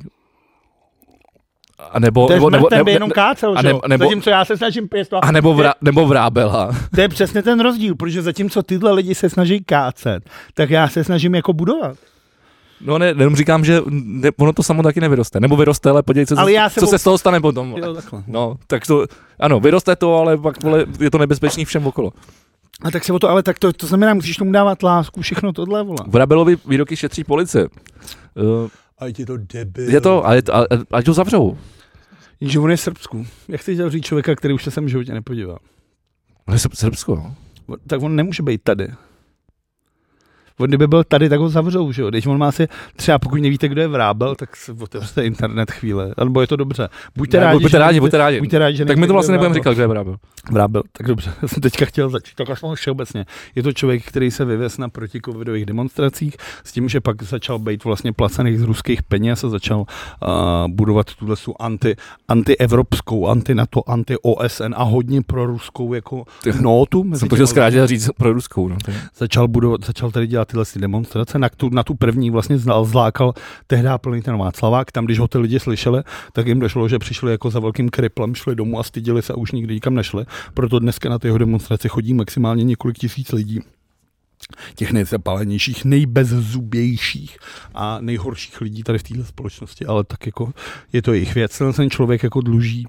Speaker 1: A nebo,
Speaker 2: To je
Speaker 1: nebo, nebo,
Speaker 2: smrt,
Speaker 1: nebo,
Speaker 2: by jenom kácel,
Speaker 1: a
Speaker 2: že
Speaker 1: nebo-
Speaker 2: jo?
Speaker 1: nebo-
Speaker 2: Zatímco já se snažím pěstovat.
Speaker 1: a nebo, vrá, nebo vrábela.
Speaker 2: To je přesně ten rozdíl, protože zatímco tyhle lidi se snaží kácet, tak já se snažím jako budovat.
Speaker 1: No ne, jenom říkám, že ne, ono to samo taky nevyroste. Nebo vyroste, ale podívej se,
Speaker 2: Ale
Speaker 1: co-
Speaker 2: já se
Speaker 1: co
Speaker 2: o-
Speaker 1: se z toho stane potom. vole.
Speaker 2: Jo, takhle.
Speaker 1: No, tak to, ano, vyroste to, ale pak vole, je to nebezpečný všem okolo.
Speaker 2: A tak se o to, ale tak to, to znamená, musíš tomu dávat lásku, všechno tohle, vole.
Speaker 1: Vrabelovi výroky šetří policie. Uh,
Speaker 2: A je to debil.
Speaker 1: je to, a, je, to- a, a- ať ho zavřou.
Speaker 2: Že on je v Srbsku. Jak chceš zavřít člověka, který už se sem v životě nepodíval?
Speaker 1: Ale Srb- Srbsko, no.
Speaker 2: tak on nemůže být tady. On kdyby byl tady, tak ho zavřou, že jo? Když on má si, třeba pokud nevíte, kdo je vrábel, tak si otevřete internet chvíle, nebo je to dobře. Buďte
Speaker 1: Ne,
Speaker 2: rádi,
Speaker 1: buďte
Speaker 2: že
Speaker 1: rádi,
Speaker 2: nejste-
Speaker 1: buďte rádi.
Speaker 2: Buďte rádi, že
Speaker 1: Tak
Speaker 2: nejste,
Speaker 1: my to
Speaker 2: kdo
Speaker 1: vlastně
Speaker 2: je
Speaker 1: nebudeme
Speaker 2: Vrábel.
Speaker 1: říkat, kde je vrábel.
Speaker 2: Vrábel, tak dobře, já jsem teďka chtěl začít, tak aspoň všeobecně. Je to člověk, který se vyvěz na protikovidových demonstracích s tím, že pak začal být vlastně placených z ruských peněz a začal uh, budovat tuhle tu anti, antievropskou, antinato, anti-OSN a hodně proruskou jako
Speaker 1: Ty-
Speaker 2: notu. mezi
Speaker 1: Jsem to
Speaker 2: těma
Speaker 1: chtěl zkrátit a říct pro ruskou. No. Tak-
Speaker 2: začal, budovat, začal tady dělat tyhle si demonstrace, na tu, na tu první vlastně znal, zlákal tehdy plný ten Václavák, tam když ho ty lidi slyšeli, tak jim došlo, že přišli jako za velkým kriplem, šli domů a stydili se a už nikdy nikam nešli, proto dneska na ty jeho demonstrace chodí maximálně několik tisíc lidí. těch nejzapalenějších, nejbezzubějších a nejhorších lidí tady v této společnosti, ale tak jako je to jejich věc. Ten- Ten člověk jako dluží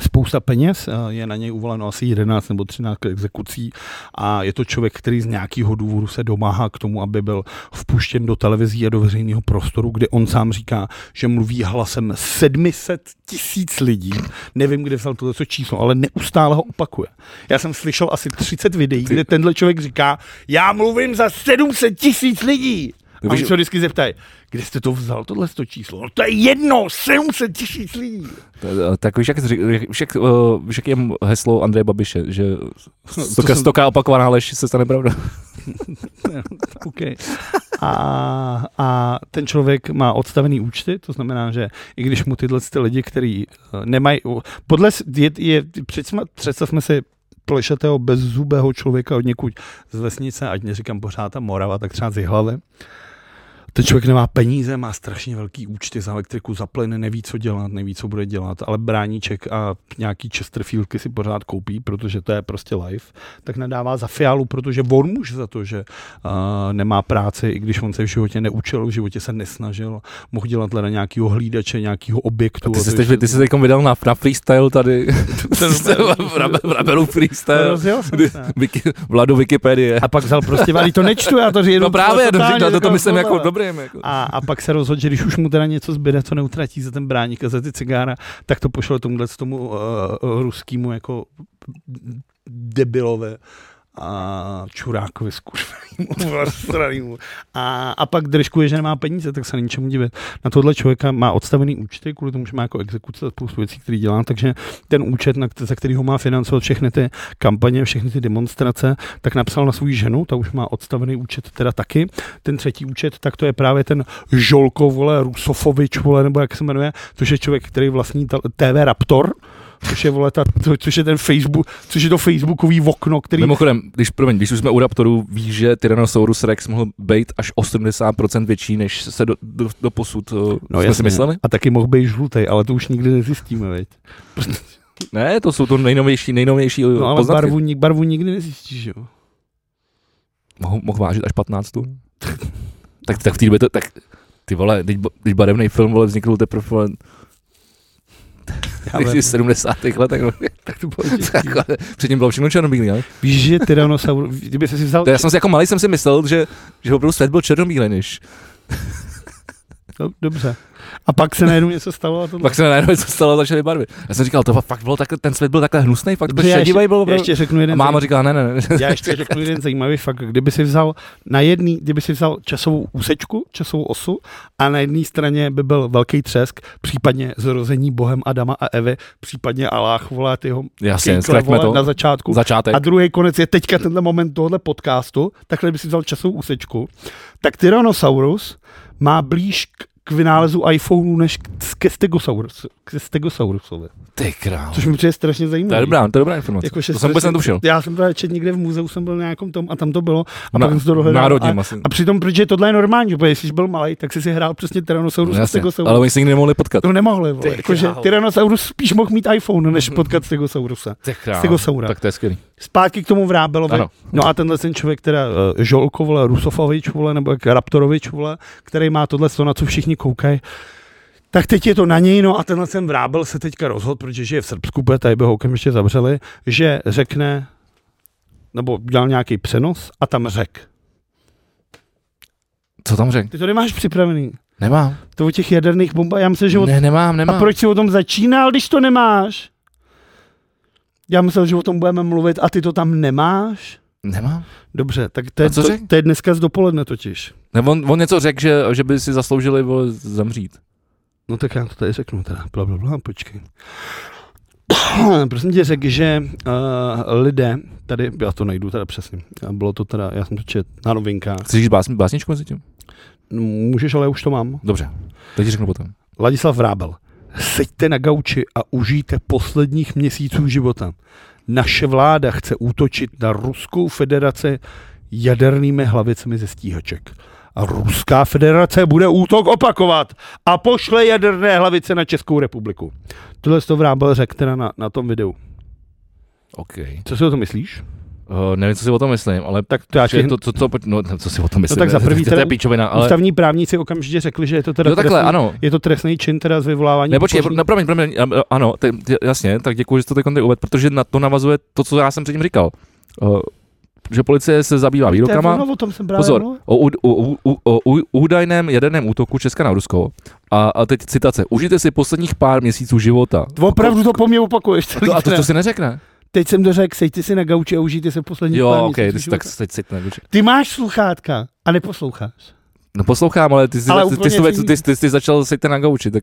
Speaker 2: spousta peněz, eh, je na něj uvoleno asi 11 nebo 13 exekucí a je to člověk, který z nějakého důvodu se domáhá k tomu, aby byl vpuštěn do televizí a do veřejného prostoru, kde on sám říká, že mluví hlasem 700 tisíc lidí. Nevím, kde vzal toto číslo, ale neustále ho opakuje. Já jsem slyšel asi 30 videí, kde tenhle člověk říká, já mluvím za 700 tisíc lidí. A oni
Speaker 1: Víš-
Speaker 2: se ho vždycky zeptají, kde jste to vzal, tohle to číslo? No to je jedno, 700 tisíc lidí.
Speaker 1: Eh, Tak víš, jak, ři- víš, jak, eh, víš, jak je heslo Andreje Babiše, že
Speaker 2: No, to
Speaker 1: stoka,
Speaker 2: jsem-
Speaker 1: stoka opakovaná lež se stane pravda.
Speaker 2: Okay. A, a ten člověk má odstavený účty, to znamená, že i když mu tyhle ty lidi, který eh, nemají, podle, s- je, je, představme, představme si plešatého bezzubého člověka od někud z vesnice, ať neříkám pořád ta Morava, tak třeba z Jihlavy. Ten člověk nemá peníze, má strašně velký účty za elektriku, za plyn, neví, co dělat, neví, co bude dělat, ale bráníček a nějaký Chesterfieldky si pořád koupí, protože to je prostě life, tak nadává za fialu, protože on může za to, že a nemá práci, i když on se v životě neučil, v životě se nesnažil, mohl dělat teda nějakého hlídače, nějakého objektu.
Speaker 1: A ty
Speaker 2: a
Speaker 1: jsi
Speaker 2: to
Speaker 1: teď,
Speaker 2: ještě-
Speaker 1: ty jsi teď vydal na, na freestyle tady.
Speaker 2: Ten-
Speaker 1: v rabe- v rabelu freestyle.
Speaker 2: No, Rozjel jsem
Speaker 1: Kdy-
Speaker 2: se.
Speaker 1: Wiki- Vladu Wikipedie.
Speaker 2: A pak vzal prostě, ale to nečtu, já to říkám.
Speaker 1: No právě,
Speaker 2: totálně,
Speaker 1: dobře, to, to
Speaker 2: říkám,
Speaker 1: myslím
Speaker 2: tohle.
Speaker 1: jako dobrým. Jako.
Speaker 2: A, a pak se rozhodl, že když už mu teda něco zbyde, co neutratí za ten bráník a za ty cigára, tak to pošle tomuhle tomu uh, ruskému jako debilové a čurákovi skurvenému a, a pak držkuje, že nemá peníze, tak se není čemu divit. Na tohle člověka má odstavený účty, kvůli tomu, že má jako exekuce a spoustu věcí, které dělá, takže ten účet, na, kte- za který ho má financovat všechny ty kampaně, všechny ty demonstrace, tak napsal na svou ženu, ta už má odstavený účet teda taky. Ten třetí účet, tak to je právě ten Žolko, vole, Rusofovič, vole, nebo jak se jmenuje, což je člověk, který vlastní tel- TV Raptor, což je, vole, ta, co- což je ten Facebook, což je to Facebookový okno, který
Speaker 1: Mimochodem, když, promiň, když už jsme u Raptorů, víš, že Tyrannosaurus Rex mohl být až 80% větší, než se do, do, do posud no, jsme si
Speaker 2: jasně.
Speaker 1: mysleli?
Speaker 2: A taky mohl být žlutý, ale to už nikdy nezjistíme, veď.
Speaker 1: Ne, to jsou to nejnovější, nejnovější eh,
Speaker 2: No ale
Speaker 1: poznatky.
Speaker 2: barvu, ni- barvu nikdy nezjistíš, jo.
Speaker 1: Mohl, mohl vážit až 15 tun? tak, tak v té době to, tak ty vole, teď, ba- teď barevný film vole, vznikl teprve vole,
Speaker 2: Já
Speaker 1: v 70. letech. No,
Speaker 2: tak to bylo těžký.
Speaker 1: tak, ale předtím bylo všechno černobílý, ne?
Speaker 2: Víš, že Tyrannosaurus, kdyby se si vzal...
Speaker 1: To já jsem si jako malý jsem si myslel, že, že opravdu svět byl černobílý, než
Speaker 2: No, Dobře. A pak se najednou něco stalo a to...
Speaker 1: pak se najednou co stalo, začaly barvy. Já jsem říkal, to fakt bylo takhle, ten svět byl takhle hnusný, fakt to
Speaker 2: Dobře, já
Speaker 1: šedivý byl
Speaker 2: já
Speaker 1: opravdu.
Speaker 2: ještě řeknu
Speaker 1: A
Speaker 2: jeden
Speaker 1: máma říkala, ne, ne, ne.
Speaker 2: Já ještě řeknu jeden zajímavý fakt. Kdyby si vzal na jedný, kdyby si vzal časovou úsečku, časovou osu a na jedné straně by byl velký třesk, případně zrození Bohem Adama a Evy, případně Aláh volá tyho
Speaker 1: Jasně,
Speaker 2: Kinkle,
Speaker 1: zkraťme
Speaker 2: vole,
Speaker 1: to.
Speaker 2: na začátku.
Speaker 1: Začátek.
Speaker 2: A druhý konec je teďka tenhle moment tohle podcastu, takhle by si vzal časovou úsečku, tak Tyrannosaurus má blíž k, k vynálezu iPhoneu než k, ke, Stegosaurus, ke Stegosaurusovi,
Speaker 1: Ty král.
Speaker 2: což mi přijde strašně
Speaker 1: To je
Speaker 2: zajímavé.
Speaker 1: dobrá, to je dobrá informace.
Speaker 2: Jako,
Speaker 1: to
Speaker 2: že
Speaker 1: jsem vůbec
Speaker 2: strašně-
Speaker 1: netušil.
Speaker 2: Já jsem právě čet někde v muzeu, jsem byl na nějakom tom a tam to bylo. A
Speaker 1: Na-
Speaker 2: pak jsem to dohledal.
Speaker 1: národním
Speaker 2: a,
Speaker 1: asi.
Speaker 2: a přitom, protože tohle je normální, protože jestli jsi byl malý, tak jsi si hrál přesně Tyrannosaurus a
Speaker 1: No, Jasně,
Speaker 2: Stegosaurus.
Speaker 1: ale oni se nikdy nemohli potkat.
Speaker 2: To nemohli, vole.
Speaker 1: Ty
Speaker 2: Jakože
Speaker 1: král.
Speaker 2: Tyrannosaurus spíš mohl mít iPhone, než potkat Stegosaurusa.
Speaker 1: Ty král.
Speaker 2: Stegosaura.
Speaker 1: Tak to je skvělý.
Speaker 2: Zpátky k tomu Vrábelovi.
Speaker 1: Ano.
Speaker 2: No a tenhle ten člověk, teda eh, Žolko, vole, Rusofovič, vole, nebo jak Raptorovič, vole, který má tohle, co, na co všichni koukají, tak teď je to na něj, no a tenhle ten Vrábel se teďka rozhodl, protože žije v Srbsku, bude tady by ho okamžitě zavřeli, že řekne, nebo dělal nějaký přenos a tam řek.
Speaker 1: Co tam řekl?
Speaker 2: Ty to nemáš připravený.
Speaker 1: Nemám.
Speaker 2: To o těch jaderných bombách, já myslím, že o
Speaker 1: Ne, nemám,
Speaker 2: A
Speaker 1: nemám.
Speaker 2: proč si o tom začínal, když to nemáš? Já myslel, že o tom budeme mluvit a ty to tam nemáš.
Speaker 1: Nemám.
Speaker 2: Dobře, tak to je,
Speaker 1: A co
Speaker 2: to,
Speaker 1: řekl?
Speaker 2: to je dneska z dopoledne totiž.
Speaker 1: Nebo on, on něco řekl, že, že by si zasloužili vole, zemřít.
Speaker 2: No tak já to tady řeknu teda, bla, bla, bla počkej. Prosím tě řekl, že uh, lidé, tady, já to najdu teda přesně, a bylo to teda, já jsem to čet na novinkách,
Speaker 1: Chceš říct básni, básničku mezi tím?
Speaker 2: No, můžeš, ale já už to mám.
Speaker 1: Dobře, teď ti řeknu potom.
Speaker 2: Ladislav Vrábel. Seďte na gauči a užijte posledních měsíců života. Naše vláda chce útočit na Ruskou federaci jadernými hlavicemi ze stíhaček. A Ruská federace bude útok opakovat a pošle jaderné hlavice na Českou republiku. Tohle to Vrábel řekl teda na, na tom videu.
Speaker 1: OK.
Speaker 2: Co si o to myslíš?
Speaker 1: Uh, nevím, co si o tom myslím, ale
Speaker 2: Tak to já
Speaker 1: že
Speaker 2: ti,
Speaker 1: to, to, to, no, co si o tom myslím?
Speaker 2: tak za
Speaker 1: ne?
Speaker 2: prvý
Speaker 1: to, to je
Speaker 2: teda-
Speaker 1: píčovina, ale...
Speaker 2: ústavní právníci okamžitě řekli, že je to teda
Speaker 1: No takhle,
Speaker 2: trestný,
Speaker 1: ano.
Speaker 2: je to trestný čin teda z vyvolávání.
Speaker 1: Ne, počkej,
Speaker 2: pokoření.
Speaker 1: no, promiň, promiň, am- ano, te, te- jasně, tak děkuji, že jsi to teď uved, protože na to navazuje to, co já jsem předtím říkal. Uh, že policie se zabývá
Speaker 2: To je
Speaker 1: výrokama,
Speaker 2: ono, o tom jsem právě
Speaker 1: pozor,
Speaker 2: mluvil.
Speaker 1: o, u- u- u- o u- údajném jaderném útoku Česka na Rusko. A, a teď citace, užijte si posledních pár měsíců života.
Speaker 2: Opravdu to po mně opakuješ.
Speaker 1: A to, a to,
Speaker 2: celý
Speaker 1: to
Speaker 2: den.
Speaker 1: si neřekne?
Speaker 2: Teď jsem to řekl, sejti si na gauči a užijte se poslední
Speaker 1: Jo,
Speaker 2: pár
Speaker 1: ok,
Speaker 2: měsíců
Speaker 1: ty, si- tak
Speaker 2: života.
Speaker 1: teď si ne,
Speaker 2: Ty máš sluchátka a neposloucháš.
Speaker 1: No poslouchám, ale ty jsi,
Speaker 2: Ale
Speaker 1: ty, ty,
Speaker 2: úplně
Speaker 1: jsi,
Speaker 2: jiný.
Speaker 1: ty, ty, ty, ty začal se na gauči, tak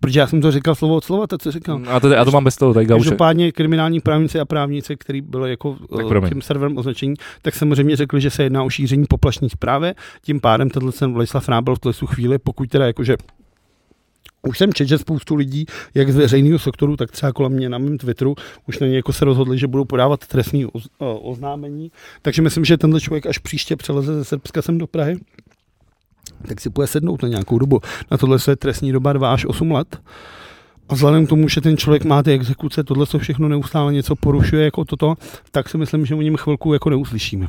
Speaker 2: Protože já jsem to říkal slovo od slova, to co říkám.
Speaker 1: a to, já to mám bez toho, tady gauče.
Speaker 2: Každopádně kriminální právníci a právníci, který byl jako eh,
Speaker 1: promiň.
Speaker 2: tím serverem označení, tak samozřejmě řekli, že se jedná o šíření poplašných právě. Tím pádem tenhle ten Vladislav Rábel v tu chvíli, pokud teda jakože už jsem četl, že spoustu lidí, jak z veřejného sektoru, tak třeba kolem mě na mém Twitteru, už na něj jako se rozhodli, že budou podávat trestní oz, eh, oznámení. Takže myslím, že tenhle člověk až příště přeleze ze Srbska sem do Prahy, tak si půjde sednout na nějakou dobu. Na tohle se je trestní doba 2 až 8 let. A vzhledem k tomu, že ten člověk má ty exekuce, tohle se všechno neustále něco porušuje jako toto, tak si myslím, že o něm chvilku jako neuslyšíme.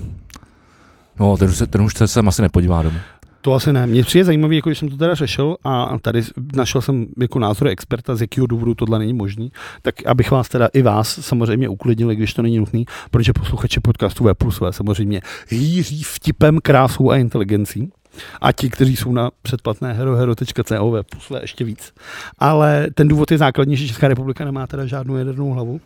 Speaker 1: No, ten, už se- ten už se sem asi nepodívá domů.
Speaker 2: To asi ne. Mně přijde zajímavé, jako když jsem to teda řešil a tady našel jsem jako názor experta, z jakého důvodu tohle není možný, tak abych vás teda i vás samozřejmě uklidnili, když to není nutný, protože posluchači podcastu V plus V samozřejmě hýří vtipem, krásou a inteligencí. A ti, kteří jsou na předplatné herohero.co V plus V ještě víc. Ale ten důvod je základní, že Česká republika nemá teda žádnou jadernou hlavu.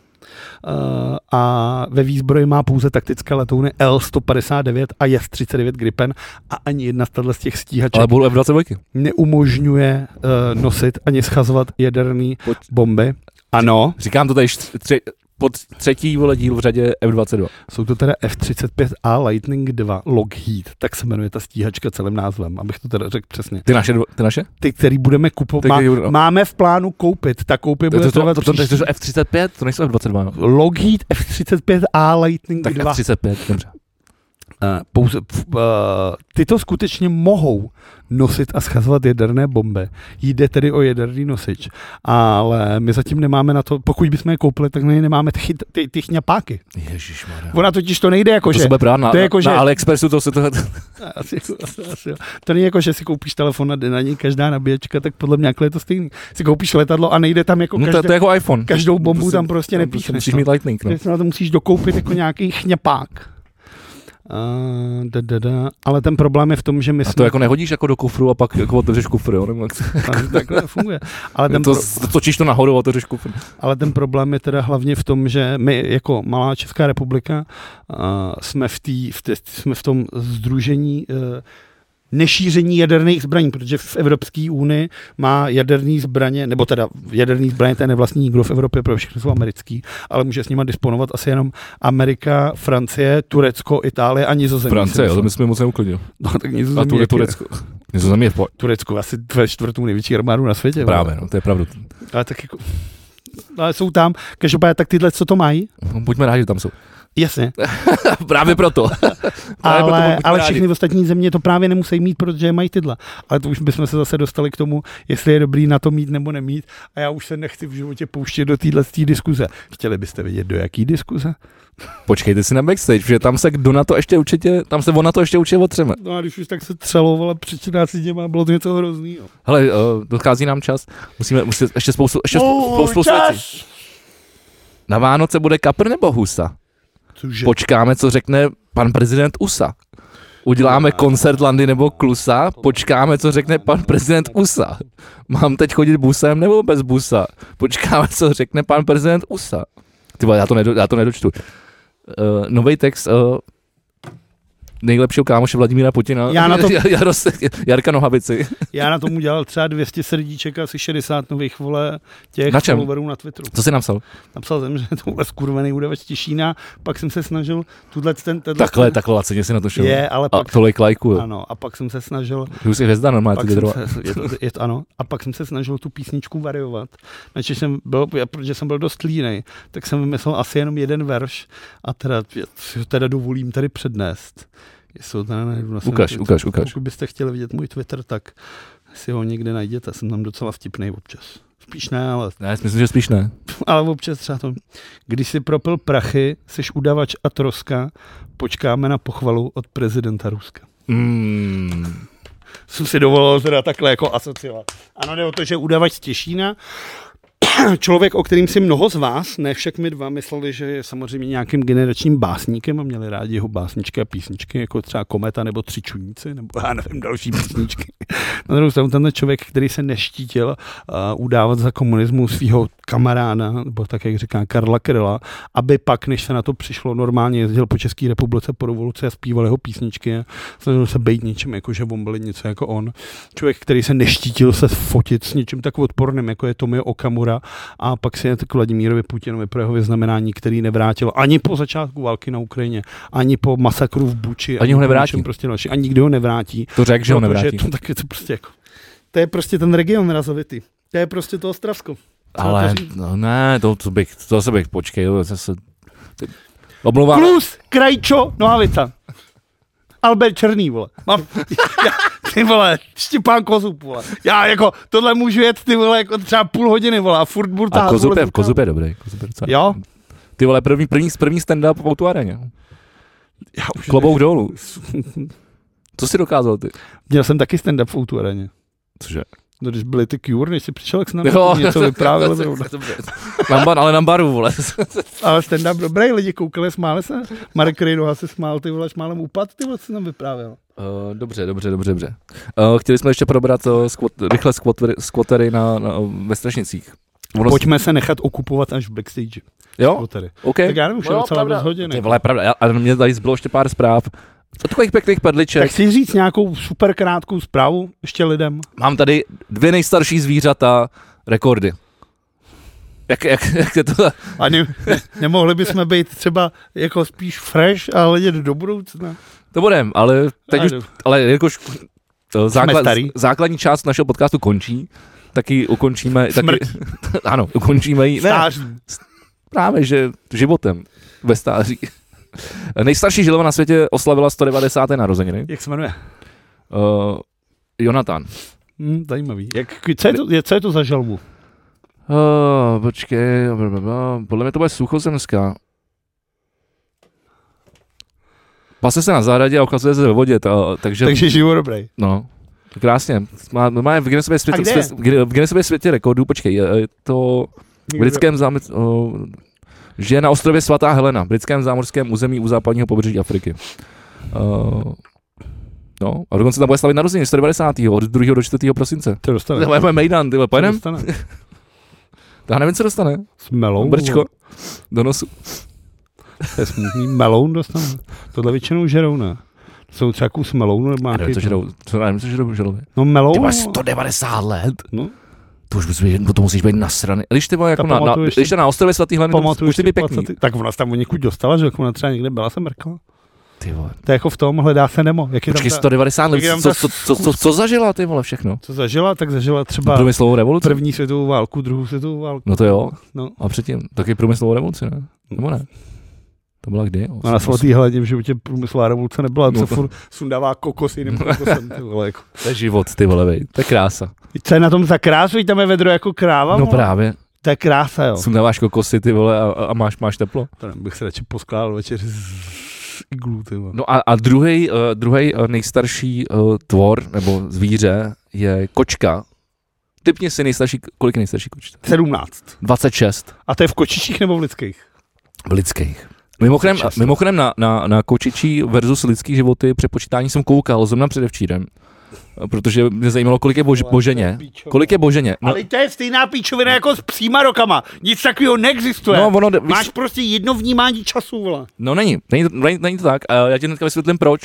Speaker 2: Eh, a ve výzbroji má pouze taktické letouny L-159 a JAS-39 Gripen a ani jedna z tato z těch stíhaček
Speaker 1: Ale budu F22.
Speaker 2: neumožňuje uh, nosit ani schazovat jaderné
Speaker 1: Pojď.
Speaker 2: bomby. Ano,
Speaker 1: Říkám to tady tři, tři, pod třetí vole díl v řadě F22.
Speaker 2: jsou to teda F-35A Lightning 2 Lockheed, tak se jmenuje ta stíhačka celým názvem, abych to teda řekl přesně.
Speaker 1: Ty naše? dvo- Ty naše?
Speaker 2: Ty, který budeme kupovat,
Speaker 1: Ty,
Speaker 2: má,
Speaker 1: který budou-
Speaker 2: máme v plánu koupit, ta koupě
Speaker 1: To,
Speaker 2: bude
Speaker 1: to, to,
Speaker 2: trvat
Speaker 1: to, to, to,
Speaker 2: příští-
Speaker 1: to F35, to nejsou F22. No.
Speaker 2: Lockheed F-35A Lightning
Speaker 1: Tak
Speaker 2: 2.
Speaker 1: F35, dobře.
Speaker 2: Eh, pouze, f- eh, tyto skutečně mohou nosit a schazovat jaderné bomby. Jde tedy o jaderný nosič, ale my zatím nemáme na to, pokud bychom je koupili, tak na ně nemáme ty, chyt- ty, ty chňapáky.
Speaker 1: Ježíš
Speaker 2: Ona totiž to nejde jako,
Speaker 1: To
Speaker 2: že...
Speaker 1: se bude brát na,
Speaker 2: to je jako, že-
Speaker 1: na AliExpressu, to se to...
Speaker 2: Asi, jako- asi, asi, jo. to není jako, že si koupíš telefon a jde na něj každá nabíječka, tak podle mě jakhle je to stejný. Si koupíš letadlo a nejde tam jako
Speaker 1: No to,
Speaker 2: každé,
Speaker 1: to je jako iPhone.
Speaker 2: každou bombu
Speaker 1: to si-
Speaker 2: tam prostě
Speaker 1: Tam
Speaker 2: nepíchneš.
Speaker 1: prostě Musíš
Speaker 2: no.
Speaker 1: mít Lightning, no.
Speaker 2: Ty si na to musíš dokoupit jako nějaký chňapák. Uh, da, da, da. Ale ten problém je v tom, že my
Speaker 1: A to jako nehodíš jako do kufru a pak jako otevřeš kufr, jo? Nebo jak se-
Speaker 2: Tak- Takhle funguje. Ale ten,
Speaker 1: to,
Speaker 2: pro,
Speaker 1: to, točíš to nahoru a otevřeš kufr.
Speaker 2: ale ten problém je teda hlavně v tom, že my jako malá Česká republika a jsme, v tý, v tý, jsme v tom združení eh, nešíření jaderných zbraní, protože v Evropské unii má jaderný zbraně, nebo teda jaderný zbraně, to je nevlastní nikdo v Evropě, pro všechny jsou americký, ale může s nimi disponovat asi jenom Amerika, Francie, Turecko, Itálie a Nizozemí.
Speaker 1: Francie, jo, to
Speaker 2: jo,
Speaker 1: myslím, moc neuklidil.
Speaker 2: no, tak
Speaker 1: A
Speaker 2: Nizozemí,
Speaker 1: tu je
Speaker 2: jak je-
Speaker 1: Turecko. Nizozemí je v pohodě.
Speaker 2: Turecko, asi dve čtvrtou největší armádu na světě. vole.
Speaker 1: Právě, no, to je pravda.
Speaker 2: Ale tak jako... Ale jsou tam, každopádně tak tyhle, co to mají,
Speaker 1: No, Buďme rádi, že tam jsou.
Speaker 2: jasně,
Speaker 1: Právě proto. Právě proto
Speaker 2: ale,
Speaker 1: buďme
Speaker 2: ale
Speaker 1: rádi.
Speaker 2: všechny ostatní země to právě nemusí mít, protože je mají tyhle. Ale to už bychom se zase dostali k tomu, jestli je dobrý na to mít nebo nemít a já už se nechci v životě pouštět do téhle tý diskuze. Chtěli byste vědět, do jaký diskuze?
Speaker 1: Počkejte si na backstage, že tam se kdo na to ještě určitě, tam se on na to ještě určitě otřeme.
Speaker 2: No a když už tak se třelovala před 14 dněma, bylo to něco hroznýho.
Speaker 1: Hele, uh, dochází nám čas, musíme, musíme ještě spoustu, ještě spou- spoustu, spoustu věcí. Na Vánoce bude kapr nebo husa?
Speaker 2: Cože?
Speaker 1: Počkáme, co řekne pan prezident USA. Uděláme koncert Landy nebo Klusa, počkáme, co řekne pan prezident USA. Mám teď chodit busem nebo bez busa? Počkáme, co řekne pan prezident USA. Ty vole, já to, nedo, já to nedočtu. Uh, Nový text uh, nejlepšího kámoše Vladimíra Putina.
Speaker 2: Já na to-
Speaker 1: Jaros, Jarka Nohavici.
Speaker 2: Já na tom udělal třeba 200 srdíček, asi 60 nových vole těch
Speaker 1: Na čem?
Speaker 2: followerů na Twitteru.
Speaker 1: Co jsi napsal?
Speaker 2: Napsal jsem, že tohle skurvený udavač Těšína, pak jsem se snažil tuhle ten... Tenhle
Speaker 1: Takhle, takhle lacině si natočil.
Speaker 2: Je, ale
Speaker 1: A
Speaker 2: pak...
Speaker 1: tolik lajků. jo.
Speaker 2: ano, a pak jsem se snažil,
Speaker 1: Ty už jsi hvězda normálně.
Speaker 2: pak
Speaker 1: ty
Speaker 2: jsem
Speaker 1: drva.
Speaker 2: se, je to, je to, ano, a pak jsem se snažil tu písničku variovat. Znači jsem byl, já, protože jsem byl dost línej, tak jsem vymyslel asi jenom jeden verš a teda, já si ho teda dovolím tady přednést. Jestli ho teda najdu na svém
Speaker 1: Ukaž,
Speaker 2: Twitteru.
Speaker 1: ukaž, ukaž.
Speaker 2: Pokud byste chtěli vidět můj Twitter, tak si ho někde najděte, jsem tam docela vtipný občas. Spíš ne, ale,
Speaker 1: Ne, já si myslím, že spíš ne.
Speaker 2: ale občas třeba to. Když si propil prachy, seš udavač a troska, počkáme na pochvalu od prezidenta Ruska. Hmm.
Speaker 1: Mm.
Speaker 2: Jsem si dovolil teda takhle jako asociovat. Ano, jde o to, že udavač z Těšína, člověk, o kterým si mnoho z vás, ne však my dva, mysleli, že je samozřejmě nějakým generačním básníkem a měli rádi jeho básničky a písničky, jako třeba Kometa nebo Tři čuníci, nebo já nevím, další písničky. Na druhou stranu tenhle člověk, který se neštítil uh, udávat za komunismu svého kamaráda, nebo tak, jak říká Karla Kryla, aby pak, než se na to přišlo, normálně jezdil po České republice po revoluci a zpíval jeho písničky a snažil se být něčím, jako že on byl něco jako on. Člověk, který se neštítil se fotit s něčím tak odporným, jako je Tomio Okamura a pak si je to k Vladimírovi Putinovi pro jeho vyznamenání, který nevrátil ani po začátku války na Ukrajině, ani po masakru v Buči,
Speaker 1: Ani ho
Speaker 2: po
Speaker 1: nevrátí.
Speaker 2: ničem Prostě další, a nikdy ho nevrátí.
Speaker 1: To řekl, že ho
Speaker 2: Protože
Speaker 1: nevrátí.
Speaker 2: No, To, tak je to prostě jako, to je prostě ten region razovitý. To je prostě to Ostravsko. Co
Speaker 1: Ale
Speaker 2: to říct?
Speaker 1: no, ne, to, to bych, to zase bych počkej, zase, ty, omlouvám,
Speaker 2: Klus, Krajčo, Nohavica. Albert Černý, vole. Mám, já, ty vole, Štěpán Kozup, vole. Já jako, tohle můžu jet, ty vole, jako třeba půl hodiny, vole, a furt budu
Speaker 1: a
Speaker 2: tahat,
Speaker 1: Kozup
Speaker 2: vole,
Speaker 1: je,
Speaker 2: furt
Speaker 1: Kozup je dobrý. Kozup je docela-
Speaker 2: Jo?
Speaker 1: Ty vole, první, první, první stand-up v autoareně.
Speaker 2: Já už
Speaker 1: Klobouk dolů. Co jsi dokázal ty?
Speaker 2: Měl jsem taky stand-up v Outu areně.
Speaker 1: Cože?
Speaker 2: No, když byli ty Cure, než jsi přišel, jak jsem nám něco vyprávěl. zrovna.
Speaker 1: na bar, ale na baru, vole.
Speaker 2: Ale stand-up dobrý, lidi koukali, smáli se. Marek Rejnoha se smál, ty vole, šmálem upad, ty vole, co jsi nám vyprávěl.
Speaker 1: Eh, dobře, dobře, dobře, dobře. Eh, chtěli jsme ještě probrat eh, squat, rychle squatery, squatery na, na, ve Strašnicích. Ono,
Speaker 2: Pojďme se nechat okupovat až v backstage.
Speaker 1: Jo,
Speaker 2: Tady.
Speaker 1: OK.
Speaker 2: Tak já nevím, už je
Speaker 1: No,
Speaker 2: docela
Speaker 1: pravda.
Speaker 2: dost hodiny.
Speaker 1: Ty vole, pravda, já- a mě tady zbylo ještě pár zpráv. A takových pěkných
Speaker 2: Tak
Speaker 1: perliček.
Speaker 2: si říct nějakou super krátkou zprávu ještě lidem.
Speaker 1: Mám tady dvě nejstarší zvířata, rekordy. Jak, jak, jak je to?
Speaker 2: Ani ne, nemohli bychom být třeba jako spíš fresh a hledět do budoucna.
Speaker 1: To budem, ale teď
Speaker 2: A
Speaker 1: už,
Speaker 2: jdu.
Speaker 1: ale jakož eh, základ,
Speaker 2: starý.
Speaker 1: základní část našeho podcastu končí, taky ukončíme. Taky,
Speaker 2: Smrtí.
Speaker 1: ano, ukončíme ji. Ne,
Speaker 2: Stáří.
Speaker 1: právě, že životem ve stáří. Nejstarší žilova na světě oslavila 190. narozeniny.
Speaker 2: Jak se jmenuje?
Speaker 1: Uh, Jonathan.
Speaker 2: Hmm, zajímavý. Jak, co, je to, je, co je to za žalbu?
Speaker 1: Uh, počkej, blablabla. podle mě to bude suchozemská. Pase Vlastně se na zahradě a ukazuje se ve vodě, ta, takže, takže...
Speaker 2: Takže život dobrý.
Speaker 1: no, krásně. Má, má v Guinnessově světě,
Speaker 2: kde je?
Speaker 1: svět, v Guinnessově světě rekordů, počkej, je, je to v britském zámec, uh, žije na ostrově Svatá Helena, britském zámořském území u západního pobřeží Afriky. Uh, no, a dokonce tam bude slavit narozeniny 190. od 2. do 4. prosince.
Speaker 2: To dostane.
Speaker 1: To je Mejdan, ty vole,
Speaker 2: To
Speaker 1: pojedem?
Speaker 2: dostane.
Speaker 1: Já nevím, co dostane.
Speaker 2: S meloun.
Speaker 1: Brčko. Do nosu.
Speaker 2: To je smutný. Meloun dostane. Tohle většinou žerou, ne? Jsou třeba kus melounu nebo
Speaker 1: Já nevím, co
Speaker 2: nějaký-
Speaker 1: žerou, co, já nevím, co žerou želově.
Speaker 2: No
Speaker 1: Ty
Speaker 2: meloun.
Speaker 1: máš 190 let,
Speaker 2: No,
Speaker 1: to už musíš být, to musíš být nasraný. Když ty máš jako
Speaker 2: Ta
Speaker 1: na, na,
Speaker 2: pamatuješ
Speaker 1: když jsi na ostrově svatý hlavně, to
Speaker 2: pamatuješ
Speaker 1: musí
Speaker 2: ty
Speaker 1: být pěkný.
Speaker 2: placaty? Tak ona se tam někud dostala, že jako ona třeba někde byla, se mrkala.
Speaker 1: Ty vole,
Speaker 2: To je jako v tom, hledá se Nemo. Jak je
Speaker 1: počkej,
Speaker 2: tam ta,
Speaker 1: 190 let,
Speaker 2: jak je tam
Speaker 1: co,
Speaker 2: ta
Speaker 1: co, co, co, co zažila ty vole všechno?
Speaker 2: co zažila, tak zažila třeba
Speaker 1: Průmyslovou revoluci?
Speaker 2: první světovou válku, druhou světovou válku.
Speaker 1: No to jo,
Speaker 2: No.
Speaker 1: a předtím taky průmyslovou revoluci, ne? Nebo ne? To byla kdy?
Speaker 2: A No, na
Speaker 1: Osm-
Speaker 2: svatý hladě v životě průmyslová revoluce nebyla,
Speaker 1: No
Speaker 2: co
Speaker 1: to-
Speaker 2: furt sundává kokos jiným kokosem. ty vole, jako.
Speaker 1: To je život, ty vole, vej. To je krása.
Speaker 2: Co je na tom za krásu, Vždyť tam je vedro jako kráva,
Speaker 1: No
Speaker 2: vole.
Speaker 1: právě.
Speaker 2: To je krása, jo.
Speaker 1: Sundáváš kokosy, ty vole, a, a máš, máš teplo.
Speaker 2: To nevím, bych se radši poskládal večer z iglů, ty vole.
Speaker 1: No a, a druhý, uh, druhý uh, nejstarší uh, tvor nebo zvíře je kočka. Typně si nejstarší, kolik je nejstarší kočka?
Speaker 2: 17.
Speaker 1: 26
Speaker 2: A to je v kočičích nebo v lidských?
Speaker 1: v lidských. Mimochodem,
Speaker 2: 26.
Speaker 1: mimochodem na, na, na kočičí versus lidský životy přepočítání jsem koukal zrovna předevčírem, eh, protože mě zajímalo, kolik je bož, boženě. Kolik je boženě? No,
Speaker 2: Ale to je stejná píčovina jako s psíma rokama. Nic takového neexistuje.
Speaker 1: no ono,
Speaker 2: Máš prostě jedno vnímání času, vole.
Speaker 1: No není, není, to- není, není to tak. A já ti hnedka vysvětlím proč.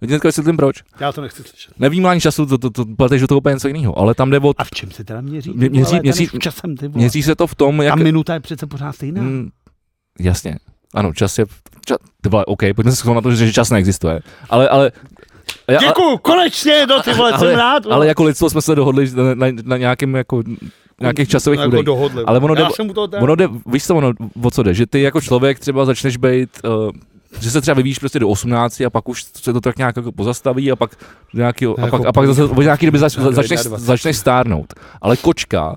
Speaker 1: Já ti hnedka vysvětlím proč.
Speaker 2: Já to nechci slyšet.
Speaker 1: Nevnímání času, to, to, to pleteš do toho úplně něco jiného, ale tam jde o...
Speaker 2: A v čem se teda měří?
Speaker 1: Mě- měří-
Speaker 2: Ale
Speaker 1: měří-
Speaker 2: ten už časem, ty vole.
Speaker 1: Měří se to v tom,
Speaker 2: Ta
Speaker 1: jak...
Speaker 2: minuta je přece pořád stejná.
Speaker 1: Mm, jasně. Ano, čas je... Ča, ty vole, OK, pojďme se shodnout na to, že že čas neexistuje. Ale, ale... Já,
Speaker 2: Děkuju, konečně, no ty vole,
Speaker 1: ale,
Speaker 2: jsem
Speaker 1: ale,
Speaker 2: rád.
Speaker 1: ale jako lidstvo jsme se dohodli že na, na, na nějakým jako, nějakých časových údajích.
Speaker 2: No, jako dohodli.
Speaker 1: Ale ono
Speaker 2: Já
Speaker 1: jde-
Speaker 2: jsem u toho teda...
Speaker 1: Ono jde, víš co, ono, o co jde, že ty jako člověk třeba začneš být uh, Že se třeba vyvíjíš prostě do 18 a pak už se to tak nějak jako pozastaví a pak, do nějakýho, a
Speaker 2: Jako-
Speaker 1: pak, a pak zase o nějaký době zač,
Speaker 2: Do
Speaker 1: začneš,
Speaker 2: 21.
Speaker 1: začneš stárnout. Ale kočka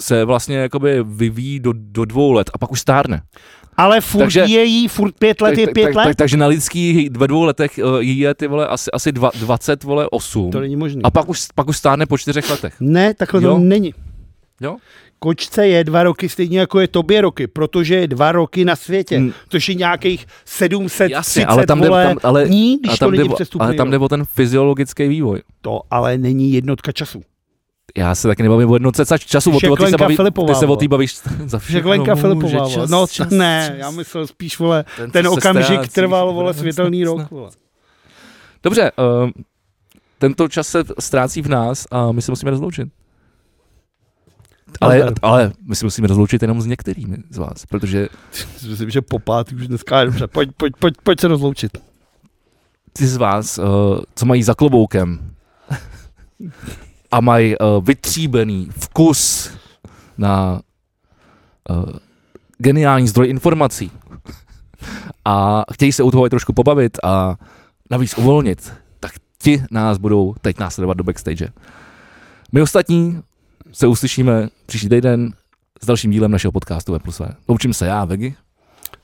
Speaker 1: se vlastně jakoby vyvíjí do, do dvou let a pak už stárne.
Speaker 2: Ale furt
Speaker 1: Takže-
Speaker 2: takže, je jí, furt pět let je
Speaker 1: tak,
Speaker 2: pět
Speaker 1: tak,
Speaker 2: let?
Speaker 1: Tak, takže na lidský ve dvou letech eh, jí je ty vole asi, asi dva, 20 vole 8.
Speaker 2: to není možné.
Speaker 1: A pak už, pak už stárne po čtyřech letech.
Speaker 2: Ne, takhle
Speaker 1: Jo.
Speaker 2: to není.
Speaker 1: Jo?
Speaker 2: Kočce je dva roky stejně jako je tobě roky, protože je dva roky na světě,
Speaker 1: Mm.
Speaker 2: mm. což je nějakých 730
Speaker 1: Jasně, ale tam jde-
Speaker 2: vole,
Speaker 1: tam- ale-
Speaker 2: dní, když
Speaker 1: A
Speaker 2: to
Speaker 1: tam, jde,
Speaker 2: není
Speaker 1: o-
Speaker 2: přestupný
Speaker 1: ale tam jde o ten fyziologický vývoj.
Speaker 2: To ale není jednotka času.
Speaker 1: Já se taky nebavím o jednotce ca- času, o ty, o ty se,
Speaker 2: Šeklenka
Speaker 1: baví, ty
Speaker 2: Filipová,
Speaker 1: se o
Speaker 2: vole.
Speaker 1: ty bavíš za všechno.
Speaker 2: Žeklenka
Speaker 1: může
Speaker 2: Filipová, vole.
Speaker 1: čas,
Speaker 2: no
Speaker 1: čas,
Speaker 2: ne,
Speaker 1: čas.
Speaker 2: já myslel spíš, vole, ten,
Speaker 1: co se
Speaker 2: okamžik
Speaker 1: ztrácí,
Speaker 2: trval,
Speaker 1: vole,
Speaker 2: vole, světelný
Speaker 1: snad-
Speaker 2: rok, vole.
Speaker 1: Dobře, ehm, tento čas se ztrácí v nás a my se musíme rozloučit. Ale,
Speaker 2: Nazdar.
Speaker 1: ale my se musíme rozloučit jenom s některými z vás, protože
Speaker 2: Myslím, že po pátý už dneska je dobře, pojď, pojď, pojď, pojď se rozloučit.
Speaker 1: ty z vás, eh, co mají za kloboukem a mají eh, vytříbený vkus na eh, geniální zdroj informací a chtějí se u toho i trošku pobavit a navíc uvolnit, tak ti nás budou teď následovat do backstage. My ostatní se uslyšíme příští týden s dalším dílem našeho podcastu V plus V. Loučím se já, Vegi.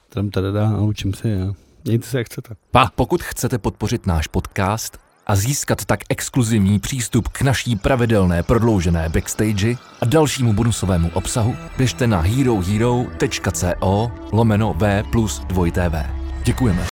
Speaker 2: Tam tady dá, naučím se, já. Mějte se, jak chcete.
Speaker 1: Pa. Pokud chcete podpořit náš podcast a získat tak exkluzivní přístup k naší pravidelné prodloužené backstage a dalšímu bonusovému obsahu, běžte na herohero.co lomeno V plus 2TV. Děkujeme.